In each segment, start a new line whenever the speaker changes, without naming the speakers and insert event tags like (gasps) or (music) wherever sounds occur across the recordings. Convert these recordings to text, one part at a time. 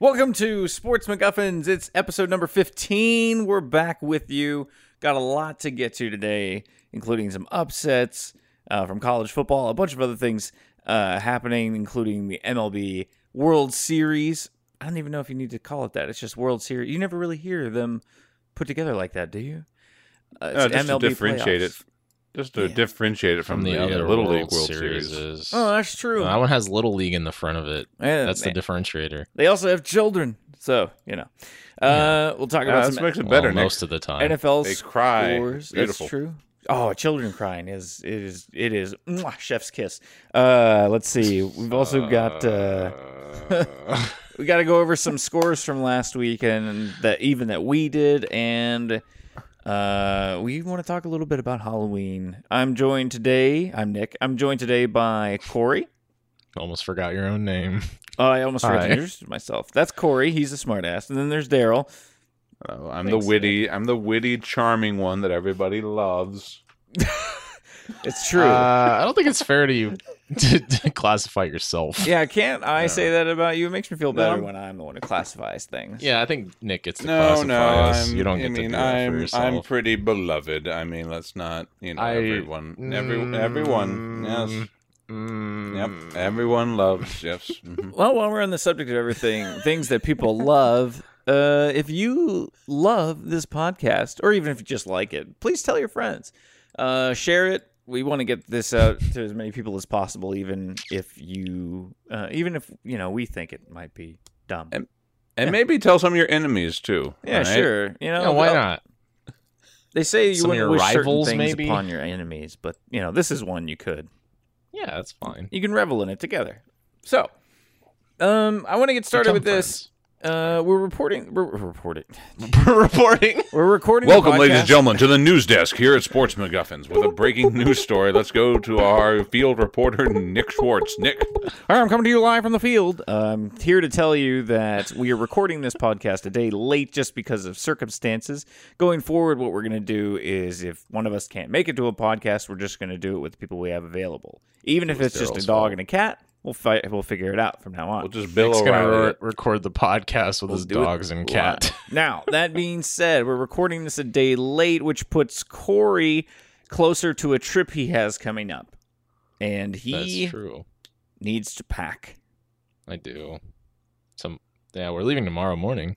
Welcome to Sports MacGuffins. It's episode number 15. We're back with you. Got a lot to get to today, including some upsets uh, from college football, a bunch of other things uh, happening, including the MLB World Series. I don't even know if you need to call it that. It's just World Series. You never really hear them put together like that, do you? Uh,
Uh,
it's
just to differentiate
playoffs.
it, just to
Yeah.
differentiate it from, the, uh, Little League World Series. uh,
Oh, that's true.
that one has Little League in the front of it.
Yeah,
That's the
they-
differentiator.
They also have children, so you know. Uh, We'll talk
Yeah,
about
this
some
makes it
Well,
better. Nick.
most of the time.
NFL
They cry.
scores.
Beautiful.
That's true. Oh, children crying is it is it is mwah, chef's kiss. Uh, let's see. We've also got uh, (laughs)
Uh,
we got to go over some scores from last week and that even that we did, and uh, we want to talk a little bit about Halloween. I'm joined today. I'm Nick. I'm joined today by Corey.
Almost forgot your own name.
Oh, I almost forgot to
Hi.
introduce myself. That's Corey. He's a smartass, and then there's Daryl.
oh, I'm
Thanks,
the witty, I'm the witty, charming one that everybody loves.
It's true.
Uh, I don't think it's fair to you (laughs) to, to classify yourself.
yeah, can't I
no.
say that about you? It makes me feel better
I'm-
when I'm the one who classifies things.
Yeah, I think Nick gets to
No,
classify
no,
us.
I'm,
you don't
I
get to
mean,
do that
I'm,
for
I'm
yourself.
pretty beloved. I mean, let's not, you know,
I-
everyone, every, everyone, yes,
Mm.
yep, everyone loves, yes. mhm.
Well, while we're on the subject of everything, things that people love, uh, if you love this podcast, or even if you just like it, please tell your friends. Uh, share it. We want to get this out to as many people as possible, even if you, uh, even if you know we think it might be dumb.
And- And maybe tell some of your enemies too.
Yeah,
right?
sure. You know,
Yeah, why
they'll-
not?
They say you
Some of
wouldn't
your
wish
rivals,
certain things
maybe?
upon your enemies, but you know this is one you could.
Yeah, that's fine.
You can revel in it together. So, um, I want to get started
Become
with this. Uh, we're reporting. We're, we're reporting.
friends. (laughs) reporting.
We're recording. the
Welcome,
podcast.
ladies and gentlemen, to the news desk here at Sports McGuffins with a breaking news story. Let's go to our field reporter, Nick Schwartz. Nick,
All right, I'm coming to you live from the field. I'm here to tell you that we are recording this podcast a day late just because of circumstances. Going forward, what we're going to do is if one of us can't make it to a podcast, we're just going to do it with the people we have available. Even if it's just a
Daryl's
dog
fault.
and a cat, we'll fight, we'll figure it out from now on.
we'll just Bill
Nick's gonna
O'Reilly.
re- record the podcast with his
do it
dogs and cat.
now, that being said, we're recording this a day late, which puts Corey closer to a trip he has coming up. And
That's
he
true.
needs to pack.
I do. Some. Yeah, we're leaving tomorrow morning.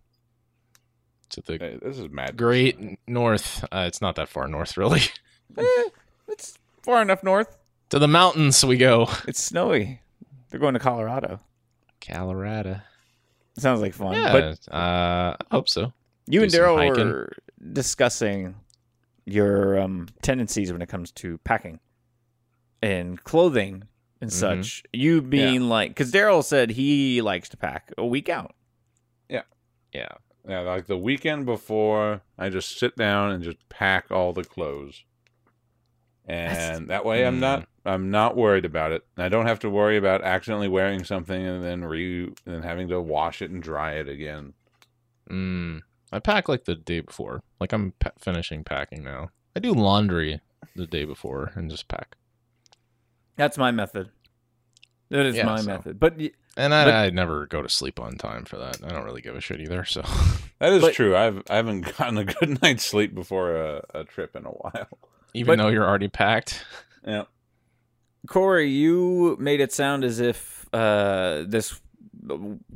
To the
Hey, this is mad.
Great n- north. Uh, it's not that far north, really. (laughs)
Eh, it's far enough north.
to the mountains we go.
It's snowy. They're going to Colorado.
Colorado.
It sounds like fun.
Yeah,
But
uh, I hope so.
you
do
and
some
Daryl
hiking.
were discussing your um, tendencies when it comes to packing and clothing and
Mhm.
such. You being like, because Daryl said he likes to pack a week out.
Yeah.
Yeah, like the weekend before, I just sit down and just pack all the clothes, and that way I'm
Hmm.
not I'm not worried about it. I don't have to worry about accidentally wearing something and then re and then having to wash it and dry it again.
Mm, I pack like the day before. Like I'm pa- finishing packing now. I do laundry the day before and just pack.
That's my method. That is
Yeah,
my
so-
method. But y-
And I,
But-
I never go to sleep on time for that. I don't really give a shit either. So (laughs)
That is
But-
true. I've I haven't (laughs) gotten a good night's sleep before a, a trip in a while. (laughs)
even
But-
though you're already packed,
Yeah.
Corey, you made it sound as if uh, this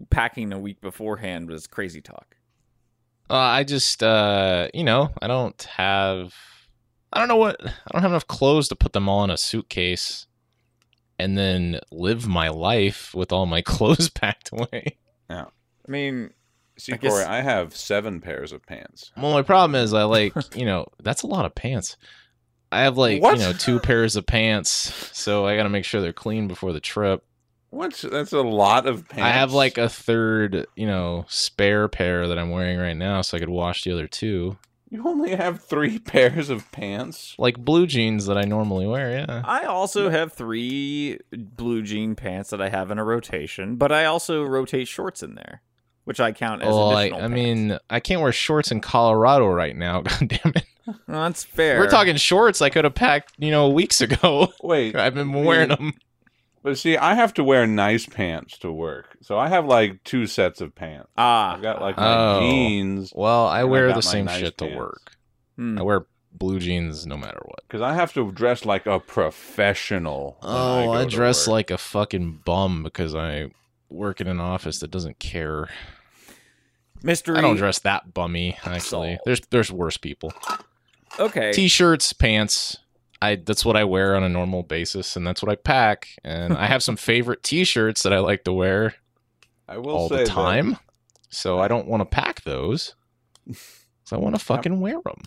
packing a week beforehand was crazy talk.
uh, I just uh, you know I don't have I don't know what I don't have enough clothes to put them all in a suitcase and then live my life with all my (laughs) clothes packed away.
I mean,
See,
I guess-
Corey, I have seven pairs of pants.
Well, my problem is
(laughs)
I like, you know, that's a lot of pants. I have like,
What?
you know, two pairs of pants, so I got to make sure they're clean before the trip.
What's that's a lot of pants.
I have like a third, you know, spare pair that I'm wearing right now so I could wash the other two.
you only have three (laughs) pairs of pants.
Like blue jeans that I normally wear, yeah.
I also have three blue jean pants that I have in a rotation, but I also rotate shorts in there, which I count as
Well, I,
additional.
I
pants.
mean, I can't wear shorts in Colorado right now. (laughs) God damn it.
Well, that's fair.
We're talking shorts I could have packed, you know, weeks ago. (laughs)
Wait,
I've been wearing them.
But see, I have to wear nice pants to work, so I have like two sets of pants.
Ah,
I've got like my
Oh.
jeans
Well, I
And I
wear
got
the
my
same
nice
shit to
pants.
work.
hmm.
I wear blue jeans no matter what.
because I have to dress like a professional. when
Oh,
go
I,
to
dress
work.
like a fucking bum because I work in an office that doesn't care.
mystery.
I don't dress that bummy, actually. There's there's worse people.
Okay,
T-shirts, pants. I that's what I wear on a normal basis, and that's what I pack. And I have some favorite T-shirts that I like to wear
I will
all
say
the
that-
time. So I don't want to
(laughs)
pack those. So I want to fucking wear them.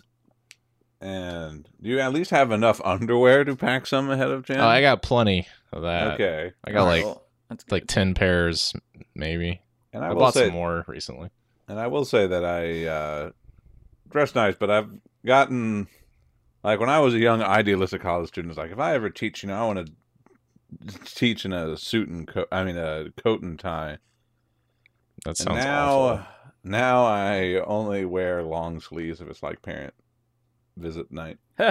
and do you at least have enough underwear to pack some ahead of time?
Oh, I got plenty of that.
okay,
I got like
Well, that's
like
good.
ten pairs, maybe.
and
I,
I, will
bought
say,
some more recently.
and I will say that I uh, dress nice, but I've gotten like when I was a young idealistic college student, it's like if I ever teach, you know, I want to teach in a suit and coat. I mean, a coat and tie.
That
And
sounds
now,
awful.
now I only wear long sleeves if it's like parent visit night.
(laughs)
Do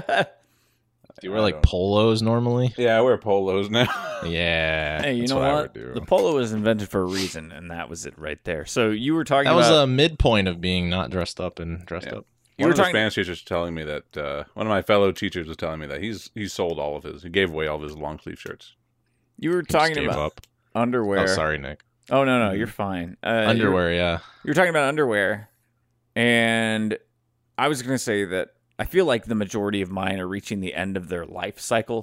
you wear
I
like
don't-
polos normally?
Yeah, I wear polos (laughs) now.
Yeah.
hey, you
that's
know
what, I
what?
would do.
The polo was invented for a reason, and that was it right there. So you were talking
that was uh,
about
a midpoint of being not dressed up and dressed
Yeah.
up.
You
one
were
of the
talking-
Spanish teachers was telling me that uh, one of my fellow teachers was telling me that he's he sold all of his. He gave away all of his long sleeve shirts.
you were
I just
talking
gave
about
up.
underwear.
Oh, sorry, Nick.
Oh, no, no, you're fine. Uh, you're-
Underwear, yeah.
You're talking about underwear, and I was going to say that I feel like the majority of mine are reaching the end of their life cycle.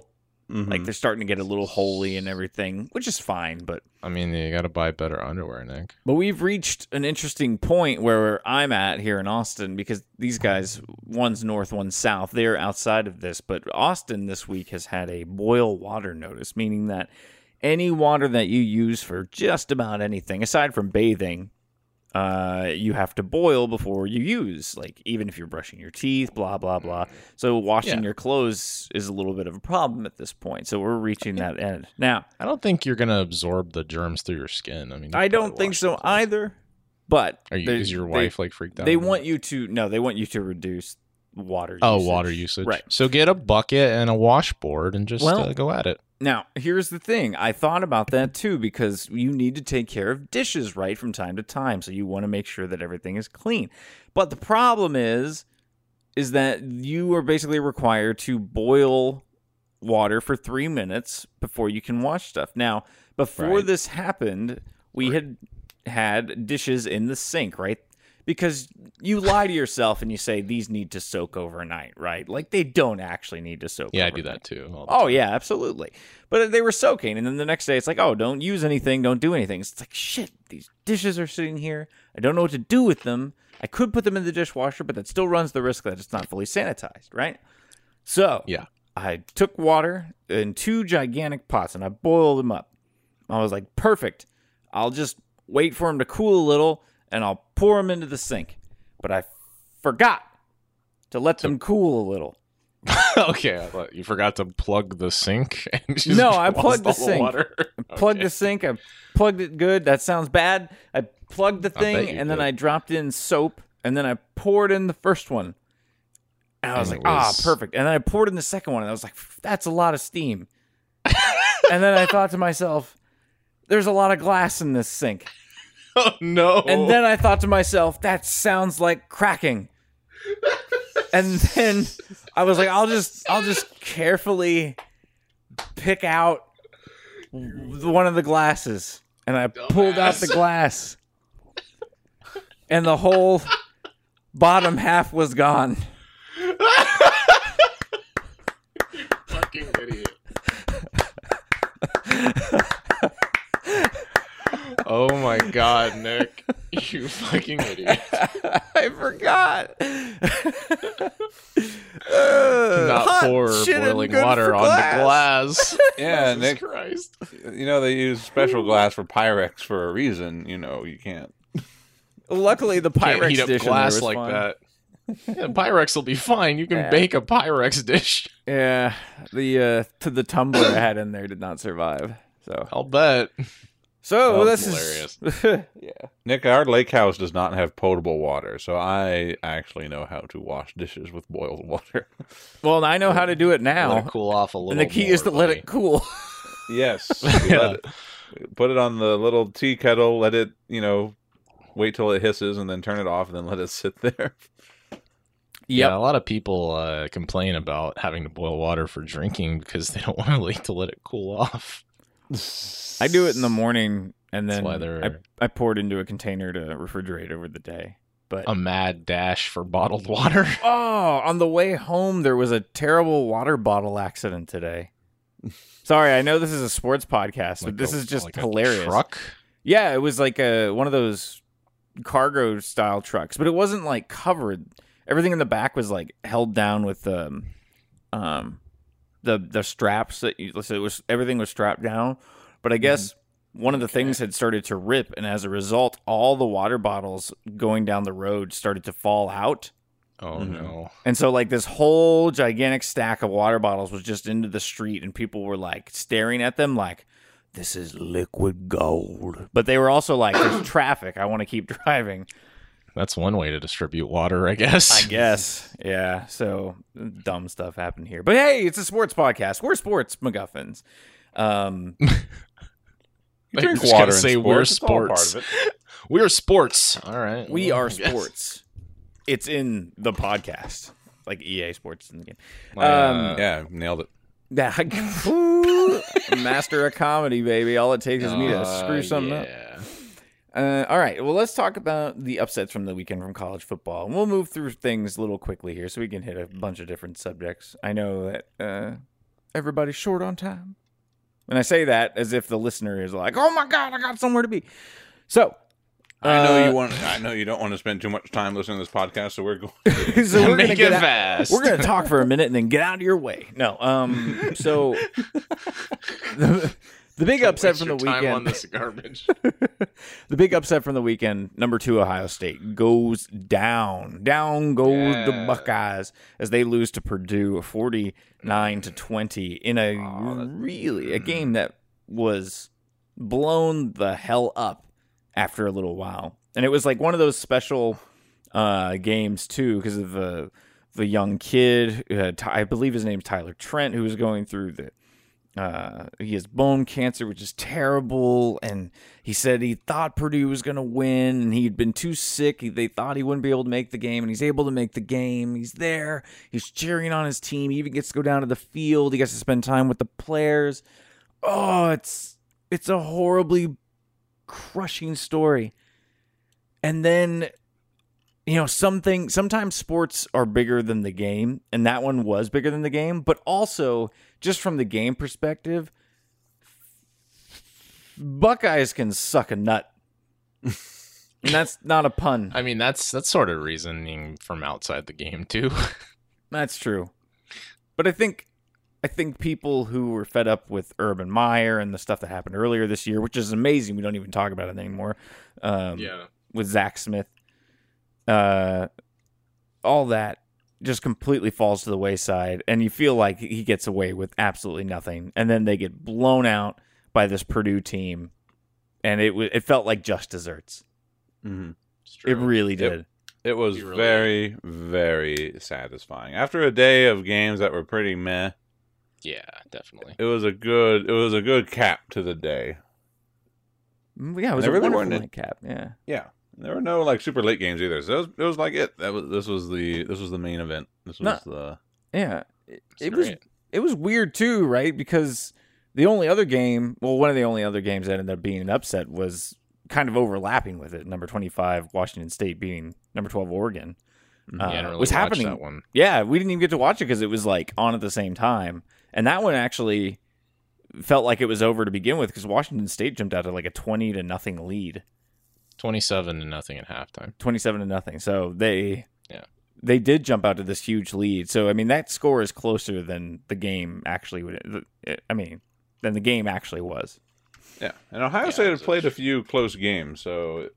Mm-hmm.
Mm-hmm.
Like they're starting to get a little holy and everything, which is fine. But
I mean, you got to buy better underwear, Nick.
but we've reached an interesting point where I'm at here in Austin because these guys, one's north, one's south, they're outside of this. But Austin this week has had a boil water notice, meaning that any water that you use for just about anything, aside from bathing, uh, you have to boil before you use. Like even if you're brushing your teeth, blah blah blah. So washing
Yeah.
your clothes is a little bit of a problem at this point. So we're reaching that end now.
I don't think you're gonna absorb the germs through your skin. I mean, you
I
probably
don't think
wash
so
yourself.
either. But
Are you,
there's-
is your
they-
wife like freaked out?
They
about
want
it?
you to no. They want you to reduce water.
Oh,
usage.
water usage.
Right.
So get a bucket and a washboard and just
Well-
uh, go at it.
Now, here's the thing. I thought about that too because you need to take care of dishes right from time to time, so you want to make sure that everything is clean. But the problem is is that you are basically required to boil water for 3 minutes before you can wash stuff. Now, before
Right.
this happened, we had had dishes in the sink, right? Because you lie to yourself and you say these need to soak overnight, right? Like they don't actually need to soak
Yeah, I
overnight.
do that too. all the
Oh
time.
yeah, absolutely. But they were soaking, and then the next day it's like, oh, don't use anything, don't do anything. It's like shit. These dishes are sitting here. I don't know what to do with them. I could put them in the dishwasher, but that still runs the risk that it's not fully sanitized, right? So
Yeah.
I took water in two gigantic pots and I boiled them up. I was like, perfect. I'll just wait for them to cool a little and I'll pour them into the sink. But I forgot to let them cool a little.
(laughs) okay, I thought you forgot to plug the sink. (laughs) And just
No, I
lost
plugged the
all
sink.
water. (laughs)
plugged
Okay.
the sink. I plugged it good. That sounds bad. I plugged the
I bet
thing,
you
and then
did.
I dropped in soap, and then I poured in the first one. And I was
And it
like, ah,
was-
perfect. And then I poured in the second one, and I was like, that's a lot of steam. (laughs) and then I thought to myself, there's a lot of glass in this sink.
Oh no!
And then I thought to myself, that sounds like cracking. and then I was like, I'll just I'll just carefully pick out w- one of the glasses. And I pulled out the
Dumbass.
glass. And the whole bottom half was gone.
(laughs) fucking
(laughs)
idiot. oh my god, Nick. You fucking
(laughs)
idiot.
I forgot.
Not
Hot
pour
shit and
boiling
good
water
for
on the glass.
Yeah,
Jesus
Nick.
Christ.
You know they use special glass for Pyrex for a reason. You know you can't.
Luckily, the Pyrex
Can't heat up
dish in there
glass
was
like
fine.
that. Yeah, Pyrex will be fine. You can
Yeah.
bake a Pyrex
(laughs)
dish.
Yeah, the uh, to the tumbler I had in there did not survive. So,
I'll bet.
so
Oh,
this is yeah.
Nick, our lake house does not have potable water, so I actually know how to wash dishes with boiled (laughs) water.
Well, and I know how to do it
Let
now,
it cool off a little.
and the key is to
more,
(laughs)
let
buddy.
it cool.
(laughs) Yes. You let it- put it on the little tea kettle. Let it, you know, wait till it hisses, and then turn it off, and then let it sit (laughs) there.
Yeah, a lot of people uh, complain about having to boil water for drinking because they (laughs) don't want to wait to let it cool off.
I do it in the morning, and
That's
then
why they're-
I I pour it into a container to refrigerate over the day. But
A mad dash for bottled water. (laughs)
oh, on the way home there was a terrible water bottle
(laughs)
accident today. Sorry, I know this is a sports podcast, but
Like
this
a-
is just
like a
hilarious.
Truck.
Yeah, it was like a one of those cargo style trucks, but it wasn't like covered. Everything in the back was like held down with um um the the straps that you so it was everything was strapped down. But I guess one of the things had started to rip and as a result all the water bottles going down the road started to fall out.
Oh
Mm-hmm.
Mhm.
no!
And so like this whole gigantic stack of water bottles was just into the street and people were like staring at them like this is liquid gold. But they were also
(clears throat)
like there's traffic. I want to keep (laughs) driving.
That's one way to distribute water, I guess.
I guess. Yeah. So dumb stuff happened here. But hey, it's a sports podcast. We're sports MacGuffins. Um
(laughs)
(laughs)
You
I
drink
was gonna
water. in
say
sports.
we're
It's all part
sports.
of it.
We're sports. All right.
we
Well,
(laughs)
(laughs)
are
I guess.
sports. It's in the podcast. Like EA Sports in the game.
My, uh,
Um,
Yeah, nailed it.
Yeah.
(laughs)
Ooh, (laughs) master of comedy, baby. All it takes is me to
uh,
screw something up.
yeah.
(laughs) Uh, all right. Well, let's talk about the upsets from the weekend from college football. And we'll move through things a little quickly here so we can hit a
Mm.
bunch of different subjects. I know that uh, everybody's short on time. And I say that as if the listener is like, oh my God, I got somewhere to be. So.
I know
uh,
you want. I know you don't want to spend too much time listening to this podcast, so we're going.
uh, (laughs) so we're gonna
Make
get
it
out-
fast.
We're gonna talk for a minute and then get out of your way. No, um,
(laughs)
so the, the big upset from the weekend. (laughs)
garbage.
the big upset from the weekend, number two, Ohio State goes down. Down goes the
Yeah.
Buckeyes as they lose to Purdue 49 to 20 in a
Oh, that-
really a game that was blown the hell up after a little while. And it was like one of those special uh, games too because of the the young kid, uh, Ty, I believe his name's Tyler Trent, who was going through the uh, he has bone cancer, which is terrible. And he said he thought Purdue was going to win, and he'd been too sick. He, they thought he wouldn't be able to make the game, and he's able to make the game. He's there. He's cheering on his team. He even gets to go down to the field. He gets to spend time with the players. Oh, it's it's a horribly crushing story. And then, you know, something. Sometimes sports are bigger than the game, and that one was bigger than the game. But also, just from the game perspective, Buckeyes can suck a nut. and that's not a pun.
I mean, that's that's sort of reasoning from outside the game too.
That's true. But I think I think people who were fed up with Urban Meyer and the stuff that happened earlier this year, which is amazing, we don't even talk about it anymore. (laughs) Um, with Zach Smith, uh, all that just completely falls to the wayside, and you feel like he gets away with absolutely nothing, and then they get blown out by this Purdue team, and it w- it felt like just desserts.
Mhm.
It really did.
It was
You really-
very, very satisfying. After a day of games that were pretty meh,
yeah,
Uh,
definitely.
it was a good. It was a good cap to the day.
Mm, Yeah, it was
They
a
really
wonderful
weren't in-
nightcap. Yeah,
Yeah, there were no like super late games either. So it was, it was like it. That was this was the this was the main event. This was the
yeah. It,
It's
it was
great.
it was weird too, right? Because the only other game, well, one of the only other games that ended up being an upset was kind of overlapping with it. Number twenty-five, Washington State beating number twelve, Oregon.
Mhm.
Uh,
yeah, I don't really
was
watch
happening.
that one.
Yeah, we didn't even get to watch it because it was like on at the same time, and that one actually felt like it was over to begin with because Washington State jumped out to like a twenty to nothing lead,
Twenty-seven to nothing at halftime.
twenty-seven to nothing. So they,
Yeah.
they did jump out to this huge lead. So I mean, that score is closer than the game actually would. I mean, than the game actually was.
yeah. And Ohio
Yeah,
State
it
had
was a-
played a few close games, so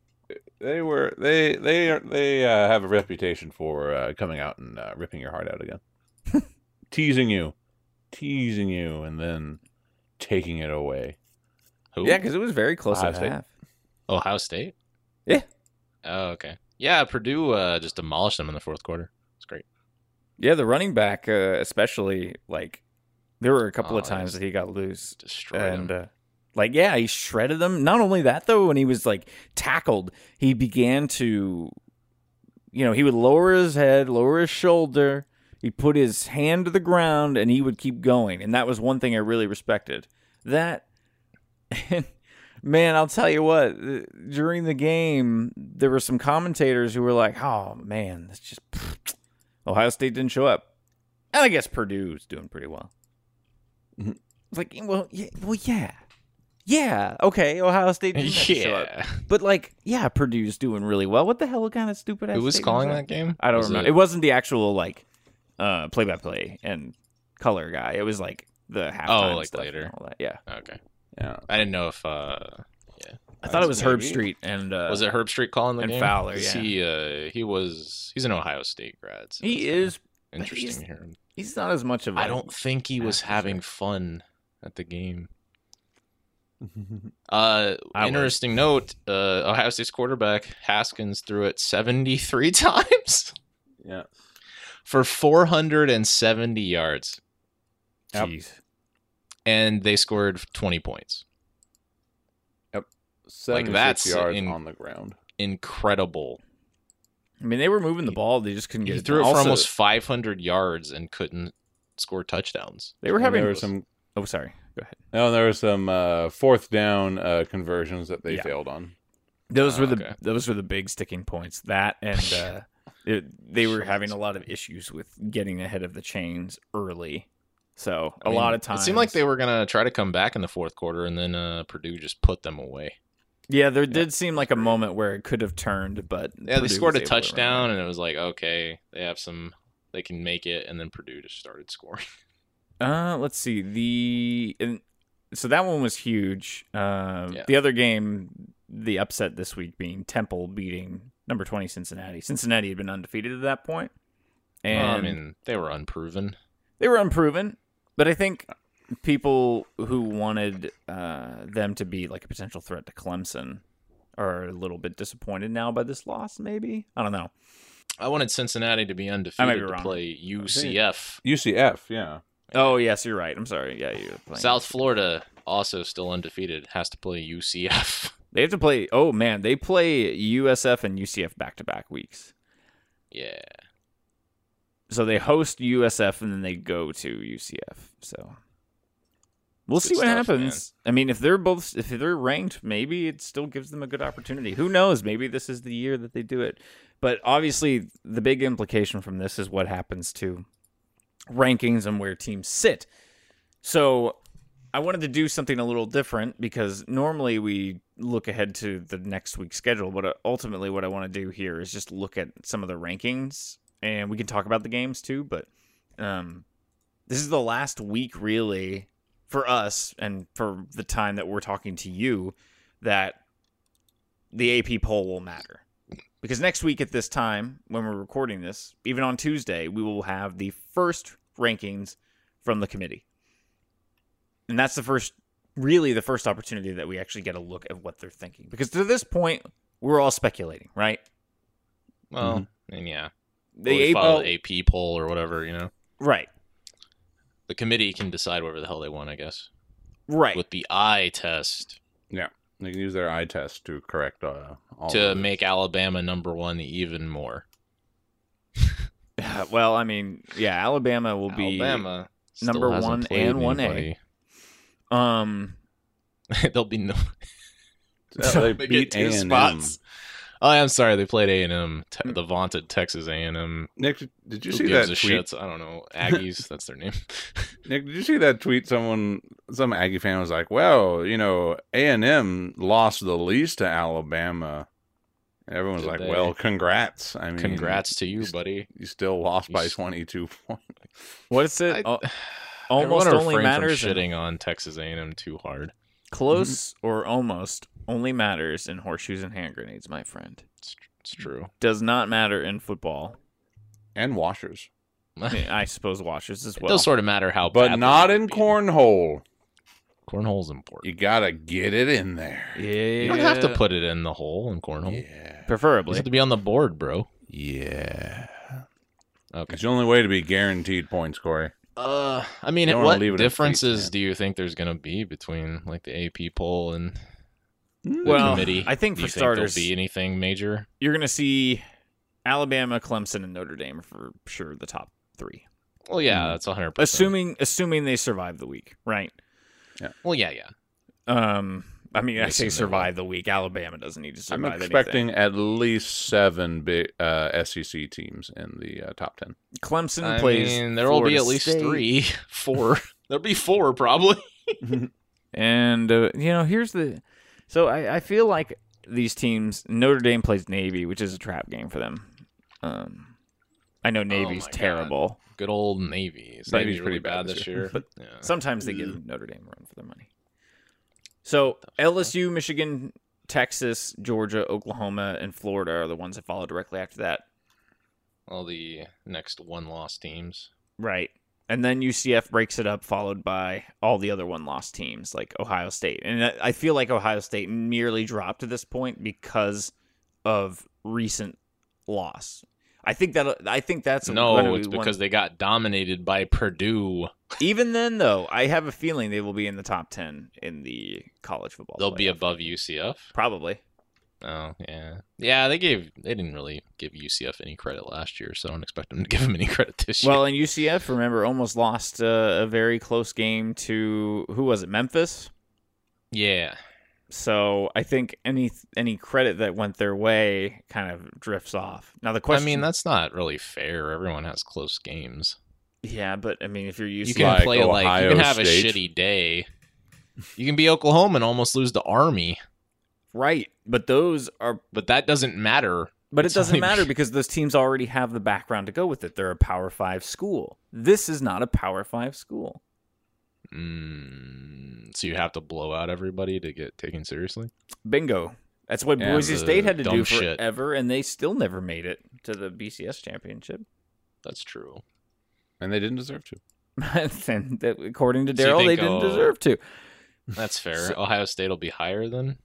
they were they they are- they uh, have a reputation for uh, coming out and uh, ripping your heart out again, teasing you, teasing you, and then taking it away.
Who?
Yeah, because it was very close
Ohio
at
State.
half.
Ohio State.
Yeah.
Oh, okay. Yeah, Purdue uh, just demolished them in the fourth quarter. It's great.
Yeah, the running back, uh, especially like There were a couple of
Oh,
times that he got loose.
Destroyed
and
him.
uh, like yeah he shredded them not only that though when he was like tackled he began to you know he would lower his head lower his shoulder he put his hand to the ground and he would keep going and that was one thing i really respected that and man i'll tell you what th- during the game there were some commentators who were like oh man that's just (sniffs) ohio state didn't show up and i guess purdue's doing pretty well
Mm-hmm.
it's like, well, yeah, well, yeah, yeah. Okay, Ohio
(laughs)
State. Didn't have to show up.
yeah.
but like, yeah, Purdue's doing really well. What the hell kind of stupid?
Who was calling that game?
I don't
Was
remember. It?
It,
wasn't the actual like uh play by play and color guy. It was like the halftime.
Oh, like,
stuff and
later.
all that. Yeah,
okay.
Yeah.
I didn't know if uh
I thought it was Herb
Maybe.
Street and uh,
was it Herb Street calling the
and
game?
Fowler,
Is
yeah.
He uh he was he's an Ohio State grad. so
He
it's kinda
is. but he's-
interesting here.
He's not as much of. I
I don't think he was
Yeah, for
having fun at the game. Uh,
I was.
interesting note: uh, Ohio State's quarterback Haskins threw it 73 (laughs) times
yeah.
for 470 yards,
Yep.
Jeez.
and they scored 20 points.
Like
that's
that's yards
in-
on the ground.
Incredible!
I mean, they were moving the ball. They just couldn't get
He
it
threw it
done.
for
Also-
almost 500 yards and couldn't score touchdowns.
They were
And
having.
there were some
oh, sorry. Go ahead.
no, and there were some uh, fourth down uh, conversions that they
Yeah.
failed on.
Those
Oh,
were the
okay.
those were the big sticking points. That and
(laughs)
uh, it, they were having a lot of issues with getting ahead of the chains early. So a
I mean,
lot of times
it seemed like they were gonna try to come back in the fourth quarter, and then uh, Purdue just put them away.
Yeah, there did seem like a moment where it could have turned, but
Yeah,
Purdue
they scored a
was able to run
touchdown, and it was like, okay, they have some, they can make it, and then Purdue just started scoring. (laughs)
it. Uh, let's see the and so that one was huge. Uh,
Yeah.
The other game, the upset this week being Temple beating number twenty Cincinnati. Cincinnati had been undefeated at that point, and
I mean, they were unproven.
they were unproven, but I think people who wanted uh, them to be like a potential threat to Clemson are a little bit disappointed now by this loss. Maybe I don't know.
I wanted Cincinnati to be
I might be
undefeated to
wrong.
play UCF.
UCF, yeah.
Oh yes, you're right. I'm sorry. Yeah, you're playing.
South Florida also still undefeated has to play UCF.
They have to play. Oh man, they play USF and UCF back to back weeks.
(laughs) yeah,
So they host USF and then they go to UCF. So we'll
Good
see what
stuff,
happens. I mean, if they're both if they're ranked, maybe it still gives them a good opportunity. Who knows? Maybe this is the year that they do it. But obviously, the big implication from this is what happens to rankings and where teams sit. So I wanted to do something a little different because normally we look ahead to the next week's schedule, but uh, ultimately what I want to do here is just look at some of the rankings and we can talk about the games too, but um this is the last week really for us and for the time that we're talking to you that the AP poll will matter. Because next week at this time, when we're recording this, even on Tuesday, we will have the first rankings from the committee. And that's the first, really, the first opportunity that we actually get a look at what they're thinking. Because to this point, we're all speculating, right?
well,
Mm-hmm.
and yeah,
The
we
AP
follow the AP poll or whatever. You know,
right,
the committee can decide whatever the hell they want. I guess
right.
with the eye test
They can use their eye test to correct uh, all
to
of it.
make Alabama number one even more.
(laughs) well, I mean, yeah, Alabama will
Alabama still
number
hasn't
one
played
and 1A.
anybody. (laughs)
be um
They'll be no
Yeah, they
(laughs) They
beat
get two
A&M.
spots. Oh, I'm sorry. They played A and M, te- the vaunted Texas A and M.
Nick, Hmm. did you
Who
see
gives
that
a
tweet?
shit? I don't know.
(laughs)
Aggies, that's their name.
Nick, did you see that tweet? Someone, some Aggie fan was like, "Well, you know, A and M lost the least to Alabama." And Everyone's
Did
like,
they?
"Well, congrats! I mean,
Congrats to you, buddy.
You still lost
You
by
s-
twenty (laughs) two points."
what's it?
I- (sighs)
Al-
I
almost
wanna
only
refrain from
matters in-
shitting Mm-hmm. on Texas A and M too hard.
close or almost only matters in horseshoes and hand grenades, my friend.
It's, it's true.
Does not matter in football.
And washers,
I, mean, I suppose washers as
(laughs) It
well.
does sort of matter how,
but
badly
not
you
in
beat.
cornhole.
Cornhole's
You
important.
gotta get it in there.
yeah,
You don't have to put it in the hole in cornhole. You
Yeah,
preferably.
just have to be on the board, bro.
yeah.
Okay.
It's the only way to be guaranteed points, Corey.
Uh, I mean,
You don't wanna
what
leave it at feet,
differences
man.
do you think there's gonna be between like the AP poll and
Hmm.
the
Well,
committee?
I think
do
for
you
starters-
there'll be anything major.
You're gonna see Alabama, Clemson, and Notre Dame for sure the top three.
Well, yeah,
Hmm.
that's hundred percent.
Assuming assuming they survive the week, right?
Well, yeah, yeah.
Um, I mean, I
Yes,
say
and they
survive the week. Alabama doesn't need to
I'm
survive.
expecting at least seven big uh, SEC teams in the uh, top ten.
anything. Clemson
I
plays.
mean, there will
Florida
be at least
State.
three, (laughs) four. There'll be four probably.
And uh, you know, here's the. So I, I feel like these teams. Notre Dame plays Navy, which is a trap game for them. Um, I know Navy's
Oh my God.
terrible.
Good old Navy. It's
Navy's
Navy's really
pretty bad
bad
this
this
year.
year. yeah.
Sometimes they
mm.
give Notre Dame a run for their money. So LSU, Michigan, Texas, Georgia, Oklahoma, and Florida are the ones that follow directly after that.
All the next one-loss teams.
Right. And then UCF breaks it up, followed by all the other one loss teams like Ohio State. And I- I feel like Ohio State merely dropped at this point because of recent loss. I think that I think that's gonna
No,
be
it's
one-
because they got dominated by Purdue.
even then though I have a feeling they will be in the top ten in the college football.
They'll be
playoff.
above UCF.
probably.
Oh yeah, yeah. They gave they didn't really give UCF any credit last year, so I don't expect them to (laughs) give them any credit this year.
Well, and UCF, remember, almost lost uh, a very close game to who was it, Memphis.
yeah,
So I think any any credit that went their way kind of drifts off. Now the question,
I mean that's not really fair. Everyone has close games.
yeah, but I mean, if you're UCF,
You can
like
play like you can
Ohio
have a
State.
shitty day. You can be Oklahoma and almost lose to Army,
right? But those are,
but that doesn't matter.
but it
It's
doesn't
like- (laughs)
matter because those teams already have the background to go with it. They're a Power Five school. This is not a Power Five school.
Mm, so you have to blow out everybody to get taken seriously.
Bingo. That's what
Yeah,
Boise
the
State had to
dumb
do
shit.
forever, and they still never made it to the BCS championship. (laughs)
That's true.
and they didn't deserve to.
and that, according to
So you
Daryl, they
think,
didn't
oh-
deserve to.
That's fair.
So-
Ohio State will be higher than.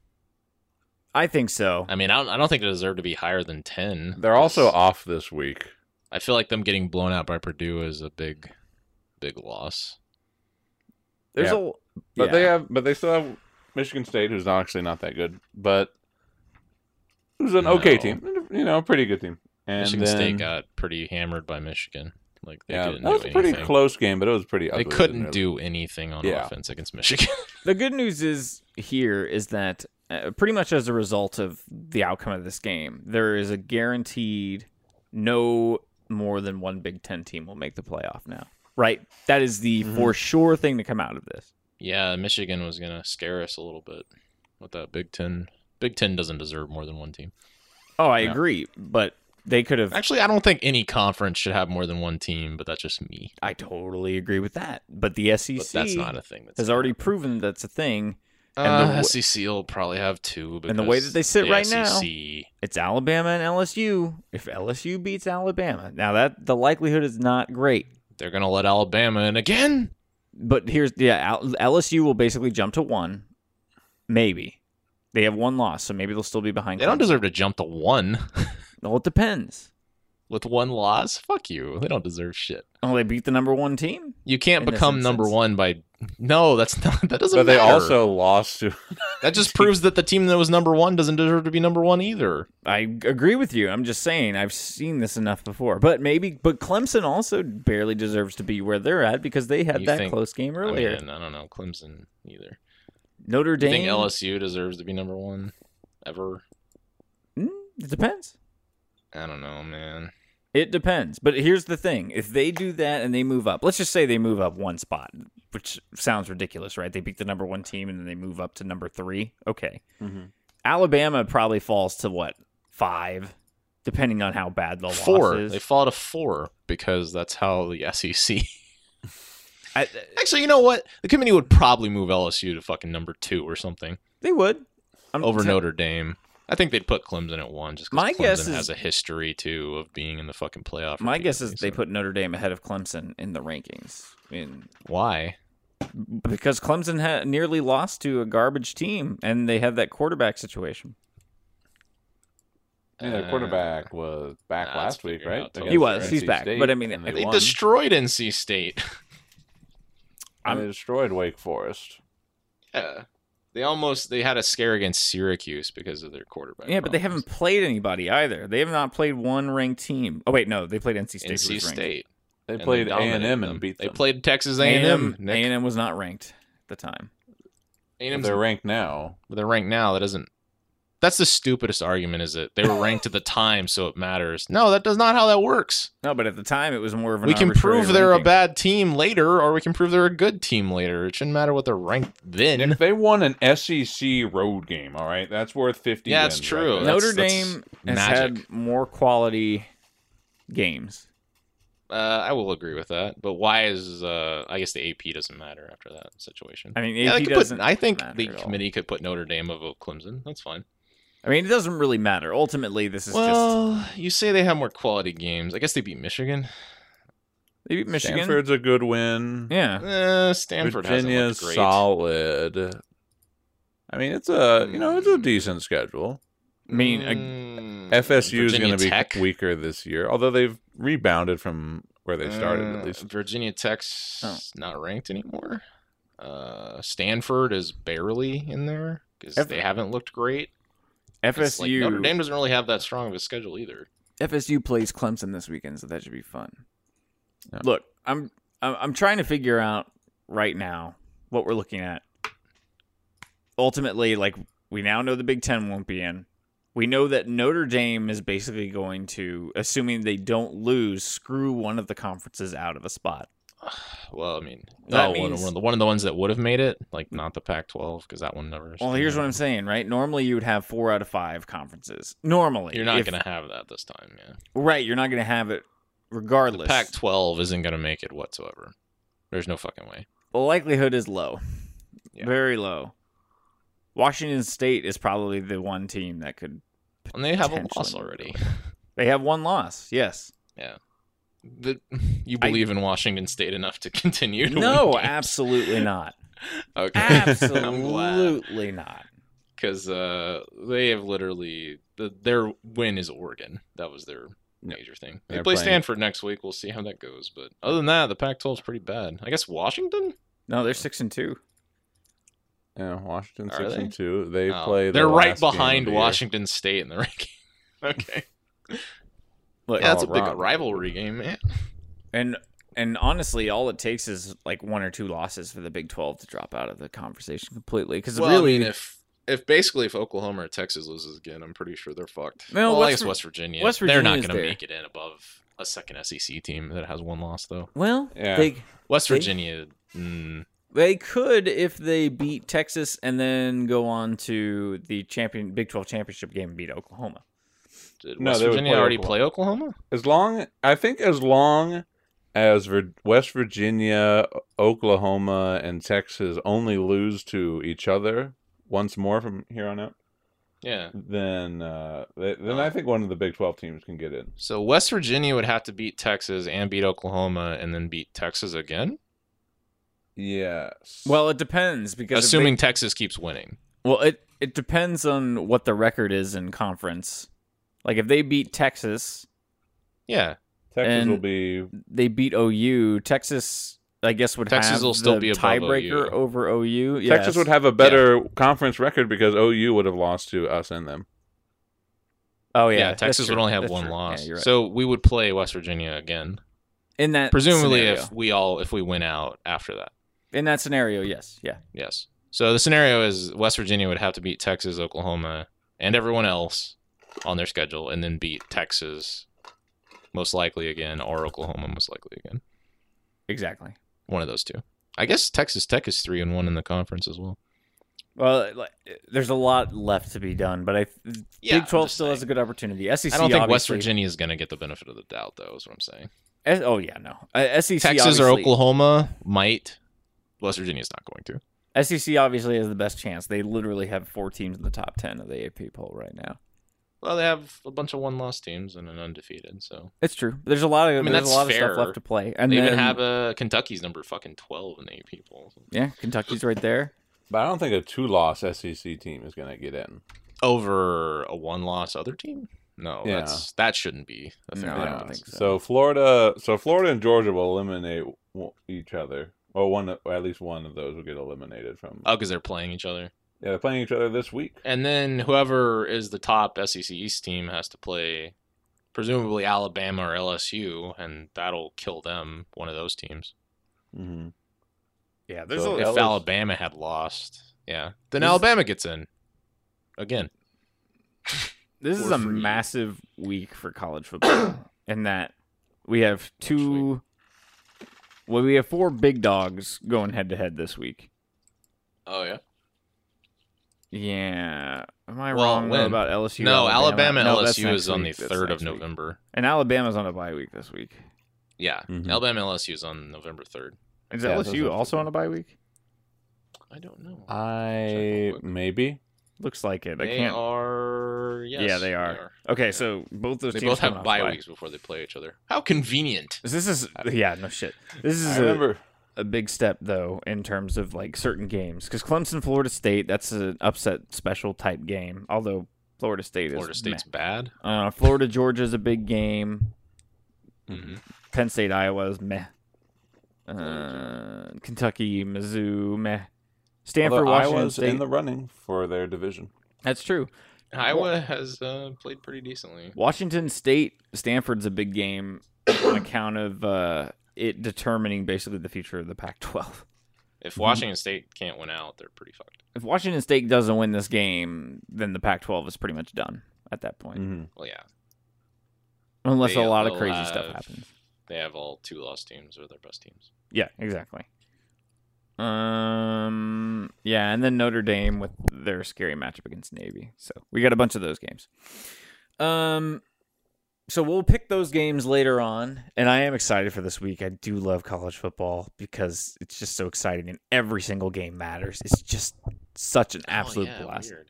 I think so.
I mean, I don't, I don't think they deserve to be higher than ten.
They're also
'cause-
off this week.
I feel like them getting blown out by Purdue is a big, big loss.
There's
Yeah.
a
But
yeah.
they have, but they still have Michigan State, who's actually not that good, but who's an okay
No.
team, you know, a pretty good team. And
Michigan
then,
State got pretty hammered by Michigan. Like they
yeah,
couldn't
that was
do
a pretty
anything.
close game, but it was pretty. Ugly.
They
It didn't
couldn't
really-
do anything on
Yeah.
offense against Michigan. (laughs)
the good news is here is that uh, pretty much as a result of the outcome of this game, there is a guaranteed no more than one Big Ten team will make the playoff now. Right? That is the
Mm-hmm.
Mhm.
for sure thing to come out of this.
yeah, Michigan was gonna scare us a little bit with that Big Ten. Big Ten doesn't deserve more than one team.
Oh, I
Yeah.
agree, but they could have.
Actually, I don't think any conference should have more than one team, but that's just me.
I totally agree with that. But the SEC
But that's not a thing. That's
has already proven that's a thing. and
Uh,
the w-
SEC will probably have two.
And the way that they
because
sit
the E
right now-
SEC
it's Alabama and LSU. If LSU beats Alabama, now that the likelihood is not great.
they're gonna let Alabama in again.
But here's yeah, Al- LSU will basically jump to one, maybe. They have one loss, so maybe they'll still be behind.
They don't
Clemson.
deserve to jump to one.
Well, it depends.
with one loss, fuck you. They don't deserve shit.
Oh, they beat the number one team.
You can't
In this
become number
instance.
one by no. That's not. (laughs) That doesn't.
But they
matter.
also lost to.
that just proves that the team that was number one doesn't deserve to be number one either.
I agree with you. I'm just saying I've seen this enough before. But maybe, but Clemson also barely deserves to be where they're at because they had
You
that
think-
close game earlier.
I mean, I don't know Clemson either.
Notre
Do
Dame.
you think LSU deserves to be number one ever?
Mm, it depends.
I don't know, man.
It depends. But here's the thing. If they do that and they move up, let's just say they move up one spot, which sounds ridiculous, right? They beat the number one team and then they move up to number three. Okay.
Mm-hmm.
Alabama probably falls to what? Five, depending on how bad the
four.
loss
They
is.
fall to four because that's how the (laughs) SEC.
I,
Actually, you know what? The committee would probably move LSU to fucking number two or something
they would. I'm
over
t-
Notre Dame. I think they'd put Clemson at one just because
My
Clemson
guess is-
has a history too of being in the fucking playoff.
My guess is
repeatedly,
they put Notre Dame ahead of Clemson in the rankings. I mean,
so- why
because Clemson ha- nearly lost to a garbage team and they had that quarterback situation.
Yeah, the
Uh,
quarterback was back
nah, it's
last week,
figured
right?
out.
Against
He was.
NC
He's back.
State,
But I mean,
and
they
They
won.
destroyed NC State. (laughs)
and they destroyed Wake Forest.
Yeah. They almost they had a scare against Syracuse because of their quarterback.
Yeah, but they
problems.
haven't played anybody either. They have not played one ranked team. Oh wait, no, they played NC State. who
NC
was ranked.
State.
They
and
played A
dominated
and M
them.
and beat
They
them.
played Texas
A&M,
A&M. Nick.
A&M was not ranked at the time.
If
A&M's
they're ranked now.
they're ranked now. That doesn't. That's the stupidest argument. Is it they were ranked at the time, so it matters? No, that does not how that works.
No, but at the time it was more of an.
We can
arbitrary
prove they're a
ranking.
bad team later, or we can prove they're a good team later. It shouldn't matter what they're ranked then.
Nick, they won an SEC road game. All right, that's worth fifty.
Yeah, it's
wins
true.
Right there.
Notre
That's- that's
Dame has
magic.
had more quality games.
Uh, I will agree with that. But why is uh, I guess the AP doesn't matter after that situation.
I mean,
Yeah, they
AP
could put-
doesn't.
I think
matter
the
at all.
committee could put Notre Dame above Clemson. That's fine.
I mean, it doesn't really matter. Ultimately, this is just
well, you say they have more quality games. I guess they beat Michigan.
they beat Michigan.
Stanford's a good win.
Yeah,
Uh, Stanford
Virginia's
hasn't looked great.
solid. I mean, it's a you know it's
Hmm.
a decent schedule.
I mean, I-
Mm,
FSU is
Virginia
going to be
Tech?
weaker this year, although they've rebounded from where they started
Uh,
at least.
Virginia Tech's
Oh.
not ranked anymore. Uh, Stanford is barely in there because
Ev-
they haven't looked great. It's like
FSU.
Notre Dame doesn't really have that strong of a schedule either.
FSU plays Clemson this weekend, so that should be fun.
Yeah.
Look, I'm I'm I'm trying to figure out right now what we're looking at. Ultimately, like we now know the Big Ten won't be in. We know that Notre Dame is basically going to, assuming they don't lose, screw one of the conferences out of a spot.
Well, I mean,
That
oh, one-
means-
one, of the, one of the ones that would have made it, like not the Pac-12, because that one never.
Well, here's what I'm saying, right? Normally, you would have four out of five conferences. Normally,
You're not
If-
gonna have that this time, yeah.
right. You're not gonna have it, regardless.
Pac-12 isn't gonna make it whatsoever. There's no fucking way.
the likelihood is low,
Yeah.
very low. Washington State is probably the one team that could.
And they have a loss
Potentially.
already.
They have one loss. Yes.
The, you
I-
believe in Washington State enough to continue? To win
No,
games?
absolutely not.
(laughs) Okay. (laughs)
Absolutely not.
because uh, they have literally the, their win is Oregon. That was their major thing. They
They're
play
playing-
Stanford next week. We'll see how that goes. But other than that, the Pac-12 is pretty bad. I guess Washington.
No, they're six and two.
Yeah, Washington
Are
six
they?
and two. They
Oh,
play.
they're
their
right
last game of
behind
the year.
Washington State in the (laughs) ranking. okay,
Look,
yeah, that's a big
Colorado.
rivalry game, man.
and and honestly, all it takes is like one or two losses for the Big Twelve to drop out of the conversation completely. Because
Well,
really,
I mean, if if basically if Oklahoma or Texas loses again, I'm pretty sure they're fucked.
Well,
well I
West
guess
Vir-
West Virginia.
West
they're not
Virginia's
going to
there.
make it in above a second SEC team that has one loss though.
well,
Yeah.
they
West
They-
Virginia. Mm,
They could if they beat Texas and then go on to the champion Big Twelve championship game and beat Oklahoma.
did
No,
West
they would
Virginia
play
already
Oklahoma.
play Oklahoma?
As long, I think, as long as Vir- West Virginia, Oklahoma, and Texas only lose to each other once more from here on out,
Yeah.
then uh, th- then
Oh.
I think one of the Big Twelve teams can get in.
So West Virginia would have to beat Texas and beat Oklahoma and then beat Texas again,
Yes.
Well, it depends because if
assuming Texas keeps winning.
they- well, it it depends on what the record is in conference. Like if they beat Texas,
Yeah,
Texas
and-
will be
they beat OU. Texas, I guess, would
Texas
have
will still
the
be above
tiebreaker
OU.
over OU.
Texas
Yes.
would have a better conference record because OU would have lost to us and them.
Oh yeah,
yeah.
that's
Texas would
true.
only have
That's
one
true.
loss,
Yeah, you're right.
so we would play West Virginia again,
in that
presumably
scenario,
if we all if we win out after that.
in that scenario, yes, yeah,
Yes. So the scenario is West Virginia would have to beat Texas, Oklahoma, and everyone else on their schedule, and then beat Texas most likely again, or Oklahoma most likely again.
exactly.
One of those two. I guess Texas Tech is three and one in the conference as well.
Well, like, there's a lot left to be done, but I
Yeah,
Big 12
I'm just
still has a
saying.
good opportunity. SEC,
I don't think West
obviously-
Virginia is going to get the benefit of the doubt, though. Is what I'm saying.
S- oh yeah, no. Uh, SEC
Texas or
obviously-
Oklahoma might. West Virginia's not going to.
SEC E obviously has the best chance. They literally have four teams in the top ten of the AP poll right now.
Well, they have a bunch of one-loss teams and an undefeated, so
It's true. There's a lot of
I mean,
there's a
that's
lot of
fair.
stuff left to play, and
they
then
even have a Kentucky's number fucking twelve in the AP poll.
yeah, Kentucky's right there.
But I don't think a two-loss SEC team is going to get in.
over a one loss other team? No,
Yeah.
that's that shouldn't be a thing.
No, I don't think so.
Florida, so Florida and Georgia will eliminate w- each other. or one or at least one of those will get eliminated from.
Oh, because they're playing each other.
Yeah, they're playing each other this week.
And then whoever is the top SEC East team has to play, presumably Alabama or LSU, and that'll kill them. One of those teams.
Mm-hmm.
Yeah,
there's So- a-
If
LS
Alabama had lost, yeah, then
This-
Alabama gets in again.
this is
or
a
free.
massive week for college (coughs) football in that we have two well we have four big dogs going head to head this week
Oh yeah.
yeah am i
Well,
wrong though,
when?
about lsu
No, Alabama,
No, that's
LSU is
next
on the
week. That's
third of
next week.
November.
and alabama's on a bye week this week
Yeah,
Mm-hmm.
Mhm.
Alabama LSU is on November third.
is
Yeah, those
lsu
are-
also on a bye week
I don't know.
I maybe.
looks like it i
they
Uh, can't
are. Yes,
yeah they are, okay so both those
They
teams
both
coming
have
off
bye weeks before they play each other. How convenient.
this is yeah no shit this is
I
a-
remember.
a big step though in terms of like certain games because Clemson Florida State that's an upset special type game although Florida State
Florida
is
State's bad.
meh. uh, Florida Georgia is a big game Mm-hmm. Penn State Iowa is meh uh, Kentucky Mizzou meh Stanford
although
Washington
Iowa's
State
in the running for their division.
that's true
Mm-hmm. Iowa has uh, played pretty decently.
Washington State Stanford's a big game on account of uh, it determining basically the future of the Pac-12 Mm-hmm.
If Washington State can't win out, they're pretty fucked.
if Washington State doesn't win this game then the Pac-12 is pretty much done at that point.
Mm-hmm.
Well, yeah,
unless
Mm. They
a lot of
will
crazy stuff
have-
happens.
they have all two lost teams or their best teams.
Yeah, exactly. Um, yeah, and then Notre Dame with their scary matchup against Navy. So we got a bunch of those games. Um, so we'll pick those games later on, and I am excited for this week. I do love college football because it's just so exciting, and every single game matters. It's just such
Oh,
an absolute blast.
Weird.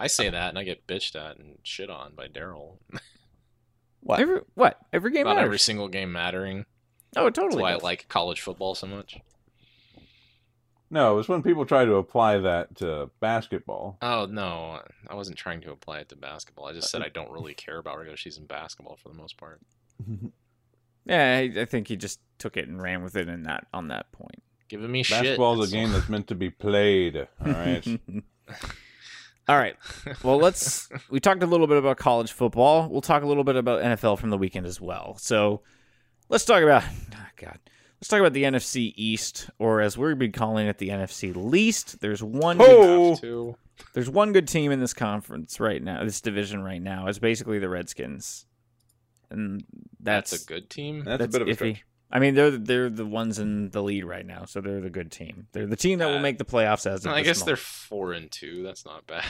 I say that and I get bitched at and shit on by Daryl
What?
Every what? Every game
about
matters.
every single game mattering.
oh, it
That's
totally.
why I
does.
like college football so much.
No, it was when people try to apply that to basketball.
Oh no, I wasn't trying to apply it to basketball. I just said I don't really care about regular season basketball for the most part.
Uh, (laughs)
yeah, I, I think he just took it and ran with it, and that on that point.
Giving me shit.
Basketball's
that's
a game
all.
that's meant to be played. (laughs) All right.
(laughs) All right. Well, let's. We talked a little bit about college football. We'll talk a little bit about NFL from the weekend as well. So let's talk about. Oh God. Let's talk about the NFC East, or as we've been calling it, the NFC Least. There's one.
Ho!
Good,
Oh.
Have to.
there's one good team in this conference right now. This division right now is basically the Redskins, and that's
That's, a good team.
That's, a bit of a stretch.
I mean, they're they're the ones in the lead right now, so they're the good team. They're the team that will
Uh,
make the playoffs. As of
I
this
guess
moment.
they're four and two. That's not bad.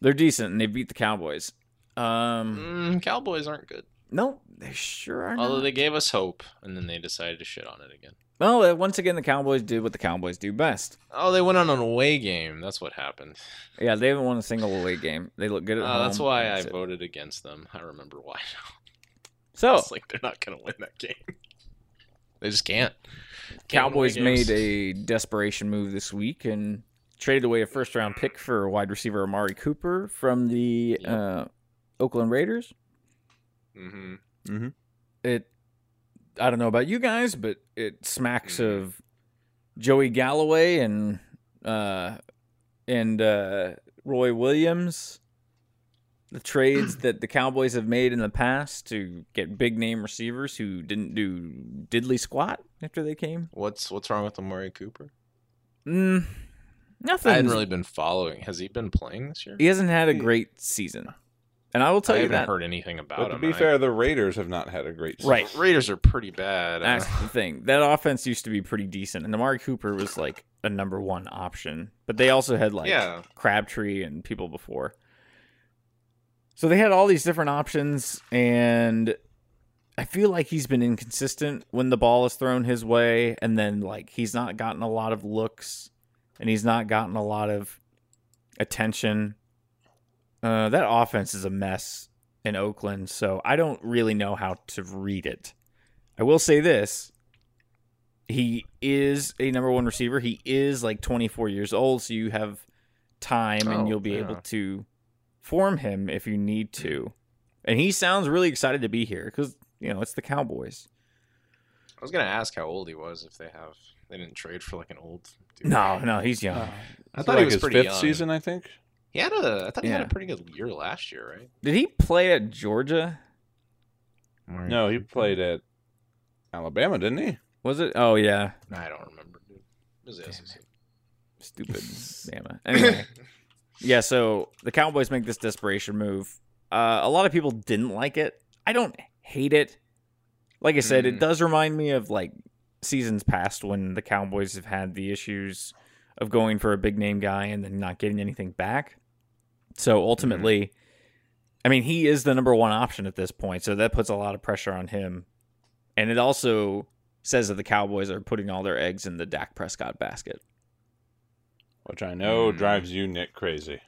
They're decent and they beat the Cowboys. Um,
Mm, Cowboys aren't good.
no, they sure are
Although
not.
they gave us hope, and then they decided to shit on it again.
No, uh, once again, the Cowboys did what the Cowboys do best.
Oh, they went on an away game. That's what happened.
Yeah, they haven't won a single away game. They look good at
Uh,
home.
that's why I
it.
voted against them. I remember why. now.
So
It's like they're not gonna win that game. Oh. They just can't. Can't win
Cowboys
away games.
made a desperation move this week and traded away a first round pick for wide receiver Amari Cooper from the
Yep.
uh, Oakland Raiders.
Mhm.
It, I don't know about you guys, but it smacks
Mhm.
of Joey Galloway and uh, and uh, Roy Williams, the trades that the Cowboys have made in the past to get big name receivers who didn't do diddly squat after they came.
What's what's wrong with Amari Cooper?
Mm, nothing.
I hadn't really been following. Has he been playing this year?
He hasn't had a great season, and I will tell
I
you
haven't
that.
heard anything about
But
him.
to be
and I-
fair, the Raiders have not had a great season.
Right.
Raiders are pretty bad. I (laughs)
That's
don't know.
the thing. That offense used to be pretty decent, and Amari Cooper was like a number one option. But they also had like
Yeah.
Crabtree and people before. So they had all these different options, and I feel like he's been inconsistent when the ball is thrown his way, and then like he's not gotten a lot of looks, and he's not gotten a lot of attention. Uh, that offense is a mess in Oakland, so I don't really know how to read it. I will say this. He is a number one receiver. He is like 24 years old, so you have time and
Oh,
you'll be
yeah.
able to form him if you need to. And he sounds really excited to be here because, you know, it's the Cowboys.
I was gonna ask how old he was if they have They didn't trade for like an old. Dude.
No, no, he's young.
I
Is
thought
it like
he was
his
pretty
fifth
young.
season, I think.
He had a. I thought he had
Yeah.
a pretty good year last year, right?
Did he play at Georgia?
No, he played at Alabama, didn't he?
Was it? Oh yeah,
I don't remember. Dude. It was the SEC.
stupid Bama. (clears throat)
(laughs)
Anyway, yeah. So the Cowboys make this desperation move. Uh, a lot of people didn't like it. I don't hate it. Like I said, it
Mm.
does remind me of like seasons past when the Cowboys have had the issues of going for a big name guy and then not getting anything back. So ultimately, I mean, he is the number one option at this point. So that puts a lot of pressure on him. And it also says that the Cowboys are putting all their eggs in the Dak Prescott basket.
Which I know
Hmm.
drives you, Nick, crazy.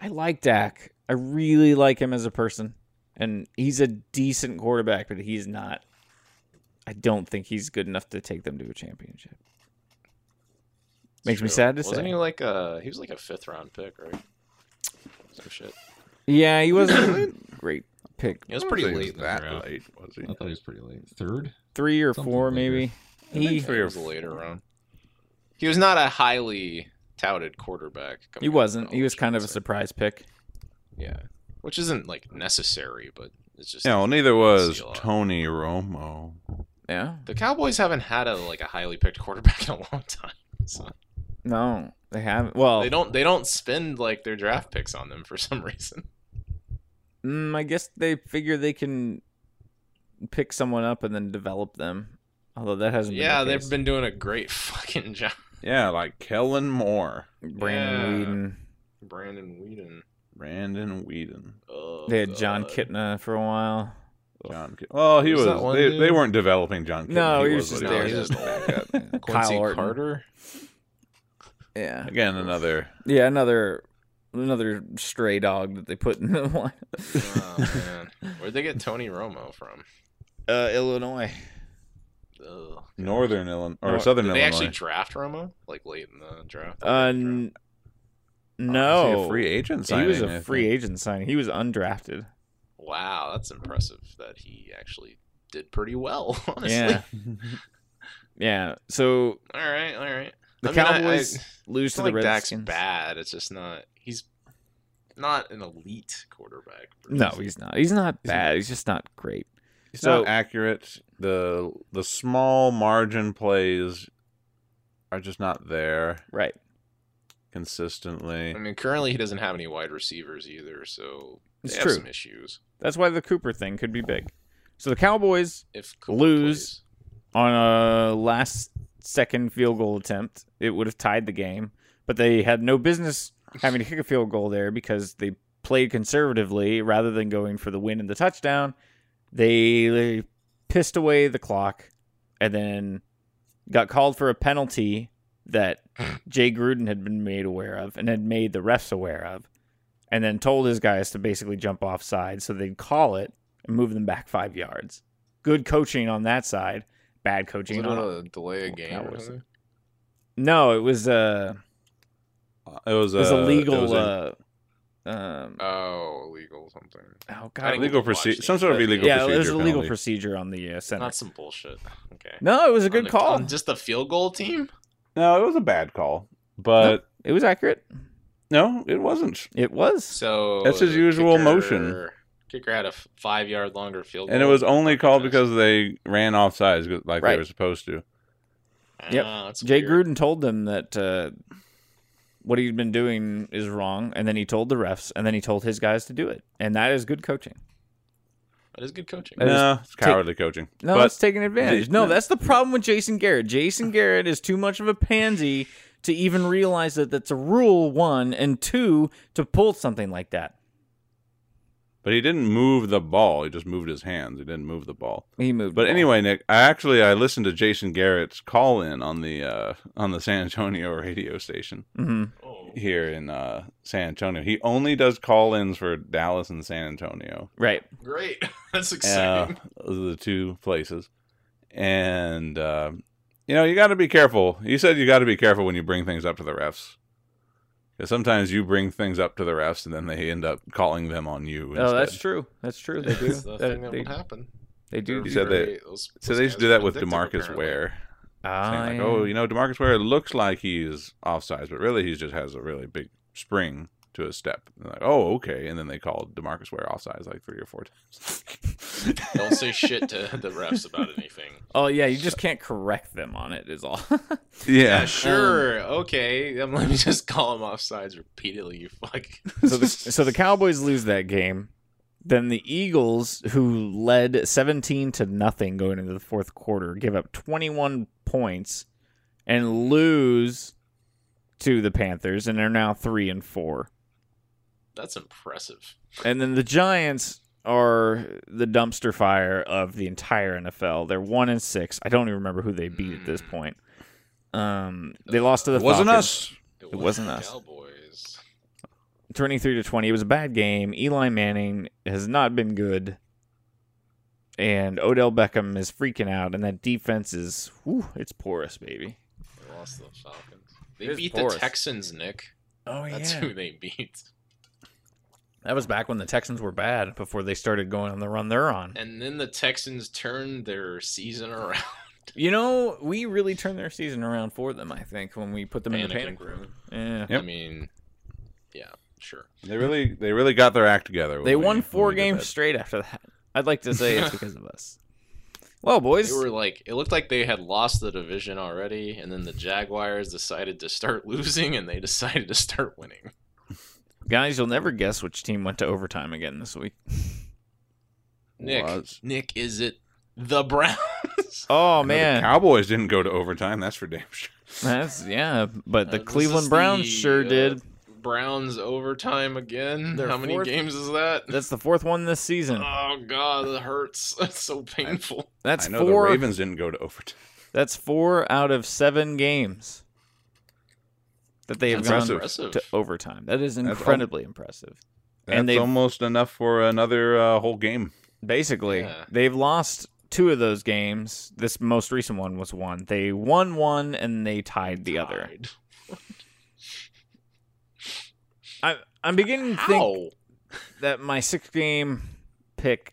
I like Dak. I really like him as a person. And he's a decent quarterback, but he's not. I don't think he's good enough to take them to a championship. Makes me
True.
sad to
Wasn't
say.
he like a? He was like a fifth round pick, right? Some shit.
Yeah, he wasn't a (clears throat) great pick.
It was
I don't
pretty
think
late.
he
in
was
the
that
draft.
late, was he?
I thought he was pretty late. Third?
Three or
Something
four,
like
maybe. He,
Three
or
was later on. He was not a highly touted quarterback. coming
he
out of
wasn't. He
college,
was
I
kind
would
of a
say.
surprise pick.
Yeah, which isn't like necessary, but it's just.
No, neither was
Seal.
Tony Romo.
Yeah.
The Cowboys haven't had a like a highly picked quarterback (laughs) in a long time. So
No, they haven't. Well,
they don't they don't spend like their draft picks on them for some (laughs) reason.
Mm, I guess they figure they can pick someone up and then develop them. Although that hasn't.
Yeah,
been the
they've
case.
been doing a great (laughs) fucking job.
Yeah, like Kellen Moore,
Brandon
Yeah.
Whedon.
Brandon Whedon.
Brandon Whedon,
Oh,
They had John
God.
Kitna for a while.
John. Ki- Well, he
Was
was.
that one
they,
dude?
they weren't developing John. Kitna.
No, he was
what
just there.
He was
"Oh, Just
(laughs)
backup.
Quincy
Kyle Orton.
Carter.
Yeah,
Again, another.
yeah, another another stray dog that they put in the (laughs) line.
Oh man, where'd they get Tony Romo from?
Uh, Illinois.
Ugh.
Northern Illinois or
Nor-
Southern
Did they
Illinois.
actually draft Romo like late in the draft?
Uh, n-
Oh, is
no,
he a free agent
He
signing.
was
I
a free
think.
agent signing. He was undrafted.
Wow, that's impressive that he actually did pretty well. (laughs) Honestly.
Yeah, yeah. So
All right, all right.
the
I mean, I-
Cowboys
I-
lose
It's
to
not like
the
Dak's
Redskins.
bad. It's just not. He's not an elite quarterback.
No, he's not. He's not
He's not-
bad. he's just not great.
He's
So-
not accurate. The the small margin plays are just not there
Right.
consistently.
I mean, currently he doesn't have any wide receivers either, so they
It's
have
true.
some issues.
That's why the Cooper thing could be big. So the Cowboys
If
Lose. on a last second field goal attempt, it would have tied the game, but they had no business having to kick a field goal there because they played conservatively rather than going for the win and the touchdown. They pissed away the clock and then got called for a penalty that Jay Gruden had been made aware of and had made the refs aware of, and then told his guys to basically jump offside so they'd call it and move them back five yards. Good coaching on that side, bad
plays.
coaching
Is it
on.
a delay a
Well,
game. Or
Cowboys.
something?
No, it was uh,
Uh, It was,
it was
a
illegal.
It was a
uh, um,
oh, illegal something.
oh
I
god,
think
illegal
we watched
procedure.
it,
Some sort of
but-
illegal
yeah,
procedure.
it was a legal
penalty.
procedure on the uh, center.
Not some bullshit. Okay.
No, it was a
On
good
the-
call.
on just the field goal team.
No, it was a bad call, but
It was accurate.
no, it wasn't.
It was.
So
That's his
the
usual motion.
kicker- Kicker had a f- five yard longer field goal.
And it was only called
contest.
because they ran off sides like
Right.
they were supposed to.
Yep.
Ah, that's
Jay
weird.
Gruden told them that uh, what he'd been doing is wrong, and then he told the refs, and then he told his guys to do it, and that is good coaching.
That is
(laughs)
good coaching.
That is
no, it's
take-
cowardly coaching.
No,
but
it's taking advantage. No,
no.
that's the problem with Jason Garrett. Jason Garrett is too much of a pansy to even realize that that's a rule. One and two to pull something like that.
but he didn't move the ball. He just moved his hands. He didn't move the ball.
He moved.
But
the ball.
anyway, Nick, I actually I listened to Jason Garrett's call in on the uh, on the San Antonio (laughs) radio station
Mhm.
Oh.
here in uh, San Antonio. He only does call ins for Dallas and San Antonio.
right.
Great. (laughs) That's
(laughs)
Uh,
exciting.
those are the two places, and uh, you know you got to be careful. You said you got to be careful when you bring things up to the refs. Because sometimes you bring things up to the refs, and then they end up calling them on you. Instead.
Oh, that's true. That's true. They do.
That's the
That-
thing that
they,
would happen.
they do.
You
do
said
that.
they-
those,
So
those
they used
guys
to do
are
that with
addictive,
Demarcus
apparently.
Ware. Saying like, oh, you know, Demarcus Ware looks like he's offsides, but really he just has a really big spring to his step. And they're like, oh, okay. And then they called Demarcus Ware offsides like three or four times.
Don't say shit to the refs about anything.
(laughs) oh yeah, you just can't correct them on it. Is all.
(laughs)
(laughs)
yeah.
Yeah, sure. okay. Um, let me just call him offsides repeatedly, you fuck.
so
(laughs)
the so the Cowboys lose that game. Then the Eagles, who led seventeen to nothing going into the fourth quarter, give up twenty one points and lose to the Panthers, and are now three and four.
That's impressive.
And then the Giants are the dumpster fire of the entire NFL. They're one and six. I don't even remember who they beat at this point. Um, they lost to the
It wasn't
Falcons.
us.
It wasn't
the
us.
Cowboys.
23 to 20. It was a bad game. Eli Manning has not been good. And Odell Beckham is freaking out. And that defense is, whew, it's porous, baby.
They lost to the Falcons. They
It is
beat
porous.
the Texans, Nick.
Oh,
That's who they beat.
That was back when the Texans were bad before they started going on the run they're on.
And then the Texans turned their season around.
You know, we really turned their season around for them, I think, when we put them in the
Panic
panic room. Yeah.
Yep.
I mean, yeah, sure.
They really, they really got their act together. when
They
we-
won
when
four
we did
games
that.
straight after that. I'd like to say it's because of us. (laughs) Well, boys.
They were like, it looked like they had lost the division already, and then the Jaguars decided to start (laughs) losing, and they decided to start winning.
Guys, you'll never guess which team went to overtime again this week.
Nick,
Was.
Nick, is it the Browns?
Oh
I know the
man,
Cowboys didn't go to overtime. That's for damn sure.
that's yeah. But (laughs)
Uh,
the
this
Cleveland
is
Browns
the,
sure
uh,
did.
Browns overtime again.
Their
How many
fourth-
games is that?
That's the fourth one this season.
Oh god, that hurts. (laughs) That's so painful.
That's
I know the
four.
Ravens didn't go to overtime.
That's four out of seven games that they have
That's
gone
impressive.
to overtime. That is
That's
incredibly impressive. (laughs)
That's
And they've-
almost enough for another uh, whole game.
Basically,
Yeah.
they've lost two of those games. This most recent one was one. They won one and they tied the other.
Tied.
I, I'm beginning to think
How?
that my six game pick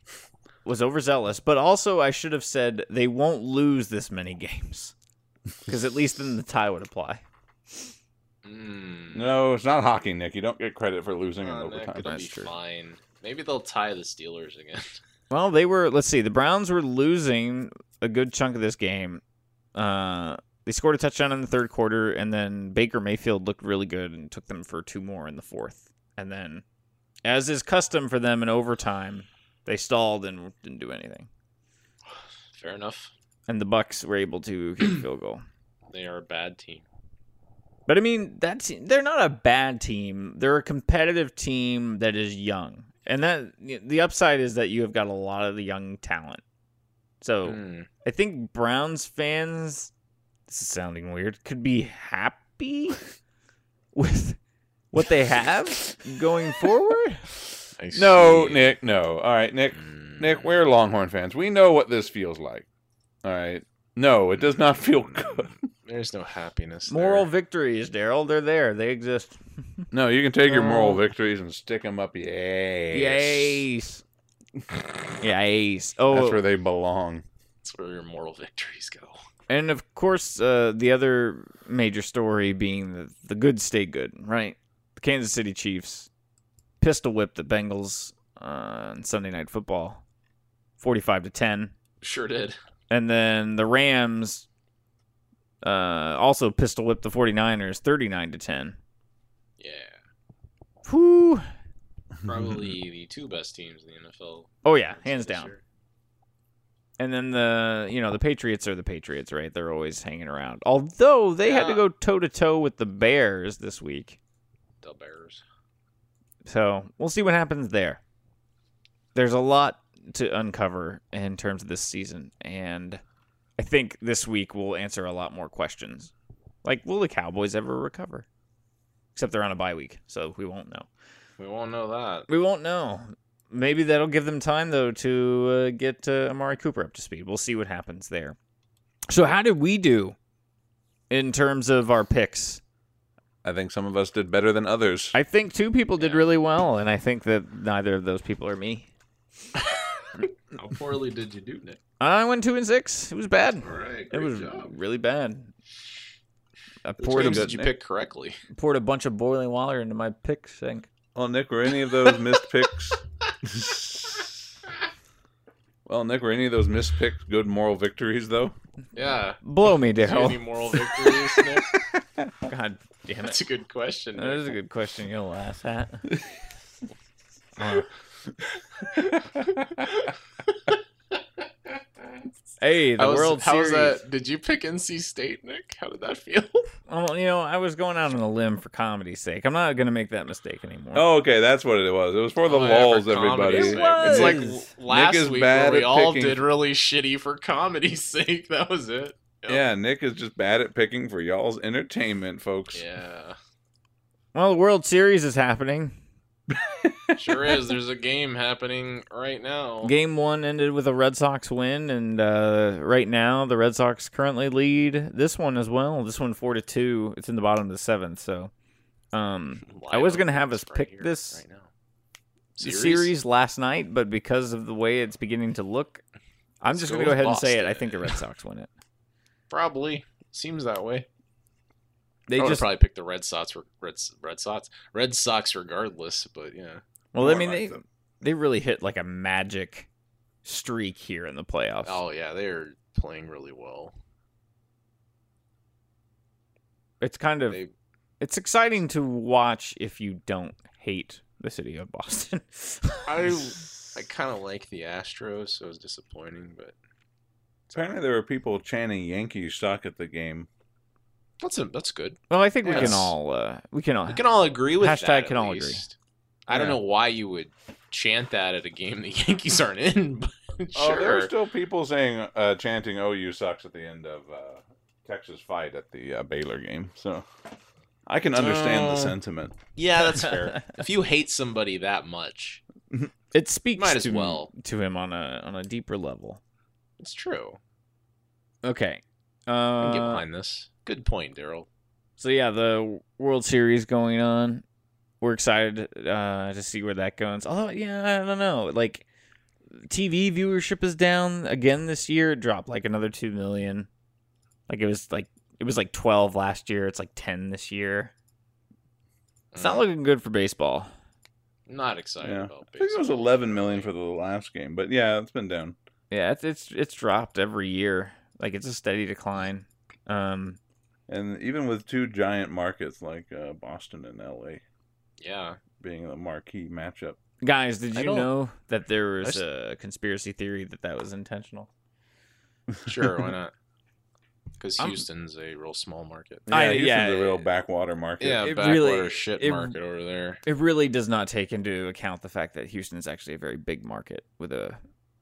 was overzealous, but also I should have said they won't lose this many games because at least then the tie would apply.
Mm.
No, it's not hockey, Nick. You don't get credit for losing in
Oh, Nick,
overtime.
it'll be fine. Maybe they'll tie the Steelers again. (laughs)
Well, they were. Let's see. The Browns were losing a good chunk of this game. Uh, they scored a touchdown in the third quarter, and then Baker Mayfield looked really good and took them for two more in the fourth. And then, as is custom for them in overtime, they stalled and didn't do anything.
Fair enough.
And the Bucks were able to kick a field goal.
They are a bad team.
But I mean, that's they're not a bad team. They're a competitive team that is young, and that the upside is that you have got a lot of the young talent. So
Mm.
I think Browns fans, this is sounding weird, could be happy (laughs) with what they have going forward.
I
No,
see.
Nick, no. All right, Nick,
Mm.
Nick, we're Longhorn fans. We know what this feels like. All right. No, it does not feel good.
There's no happiness.
Moral
there.
victories, Daryl. They're there. They exist.
No, you can take your moral
No.
victories and stick them up. Yay.
Yes. Yes. Oh,
That's where they belong.
That's where your moral victories go. (laughs)
And of course, uh, the other major story being the, the good stay good, right? The Kansas City Chiefs pistol whipped the Bengals on Sunday Night Football, forty-five to ten,
Sure did.
and then the Rams uh, also pistol whipped the 49ers, thirty-nine to ten.
Yeah.
Whew.
Probably the two best teams in the NFL.
Oh yeah, hands
this
down.
year.
And then the you know the Patriots are the Patriots, right? They're always hanging around. Although they had to
Yeah.
go toe to toe with the Bears this week.
The Bears.
So we'll see what happens there. There's a lot to uncover in terms of this season, and I think this week we'll answer a lot more questions. Like, will the Cowboys ever recover? Except they're on a bye week, so we won't know.
We won't know that.
We won't know. Maybe that'll give them time though to uh, get uh, Amari Cooper up to speed. We'll see what happens there. So, how did we do in terms of our picks?
(laughs) I think some of us did better than others.
I think two people did
Yeah.
really well, and I think that neither of those people are me.
How poorly did you do, Nick?
I went two and six. It was bad.
All right,
It
great
was
job.
really bad. I
Which
poured
games
a,
did you pick correctly?
poured a bunch of boiling water into my pick sink.
Well, Nick, were any of those missed picks? well, Nick, were any of those missed picks good moral victories though? (laughs)
Yeah.
Blow me,
Did you have Any
Daryl.
moral victories, Nick?
God damn it.
That's a good question.
That
Nick.
is a good question. You'll ask that.
(laughs)
hey, the
How was-
World
how was
Series.
that? Did you pick NC State, Nick? How did that feel?
Well, you know, I was going out on a limb for comedy's sake. I'm not gonna make that mistake anymore.
Oh, okay, that's what it was. It was for
(laughs)
the
Oh, yeah,
lulls,
for
everybody.
comedy's
It
sake.
was.
It's like
Nick
l- last
is
week
bad
where we
at
all
picking.
did really shitty for comedy's (laughs) sake. That was it.
Yeah, Nick is just bad at picking for y'all's entertainment, folks.
Yeah.
Well, the World Series is happening.
Sure is. There's a game happening right now.
Game one ended with a Red Sox win, and uh, right now the Red Sox currently lead this one as well. This one four to two. It's in the bottom of the seventh. So, um, I was gonna have us
It's
pick
here,
this
right now.
the series last night, but because of the way it's beginning to look, I'm
Let's
just
go
gonna go
with
ahead and say it. I
Boston.
think the Red Sox win it.
Probably seems that way.
(laughs) They
I would
just
probably pick the Red Sox. re- Red S- Red Sox. Red Sox, regardless. But yeah,
well, I mean
like
they
them.
they really hit like a magic streak here in the playoffs.
oh yeah, they're playing really well.
It's kind of
They-
it's exciting to watch if you don't hate the city of Boston. (laughs)
I I kind of like the Astros, so it was disappointing. But
Apparently, there were people chanting "Yankees suck" at the game.
that's a, that's good.
well, I think we
Yes.
can all uh, we can all
We can all agree with
Hashtag
that.
can
at
all agree.
least. I don't
Yeah.
know why you would chant that at a game the (laughs) Yankees aren't in. (laughs) But
Oh, there
(laughs)
were
sure.
still people saying, uh, chanting "OU sucks" at the end of uh, Texas fight at the uh, Baylor game. So I can understand
Oh.
the sentiment.
yeah, that's fair. if you hate somebody that much,
(laughs) it speaks
Might as
to,
well.
to him on a on a deeper level.
it's true.
Okay.
I can get
Uh,
behind this. Good point, Daryl.
so yeah, the World Series going on. We're excited uh, to see where that goes. Although, yeah, I don't know. Like, TV viewership is down again this year. It dropped like another two million. Like it was like it was like twelve last year. It's like ten this year. It's
Uh.
not looking good for baseball.
Not excited
Yeah.
about
I think it was
baseball.
11 million for the last game, but yeah, it's been down.
Yeah, it's it's it's dropped every year. Like it's a steady decline. Um,
And even with two giant markets like uh, Boston and LA
Yeah.
being the marquee matchup,
guys, did
I
you
don't-
know that there
I
was
s-
a conspiracy theory that that was intentional? (laughs)
Sure, why not? Because
I'm-
Houston's a real small market.
yeah,
I-
Houston's
yeah,
a real
yeah.
backwater market.
Yeah,
it
backwater
really-
shit
it-
market over there.
It really does not take into account the fact that Houston is actually a very big market with a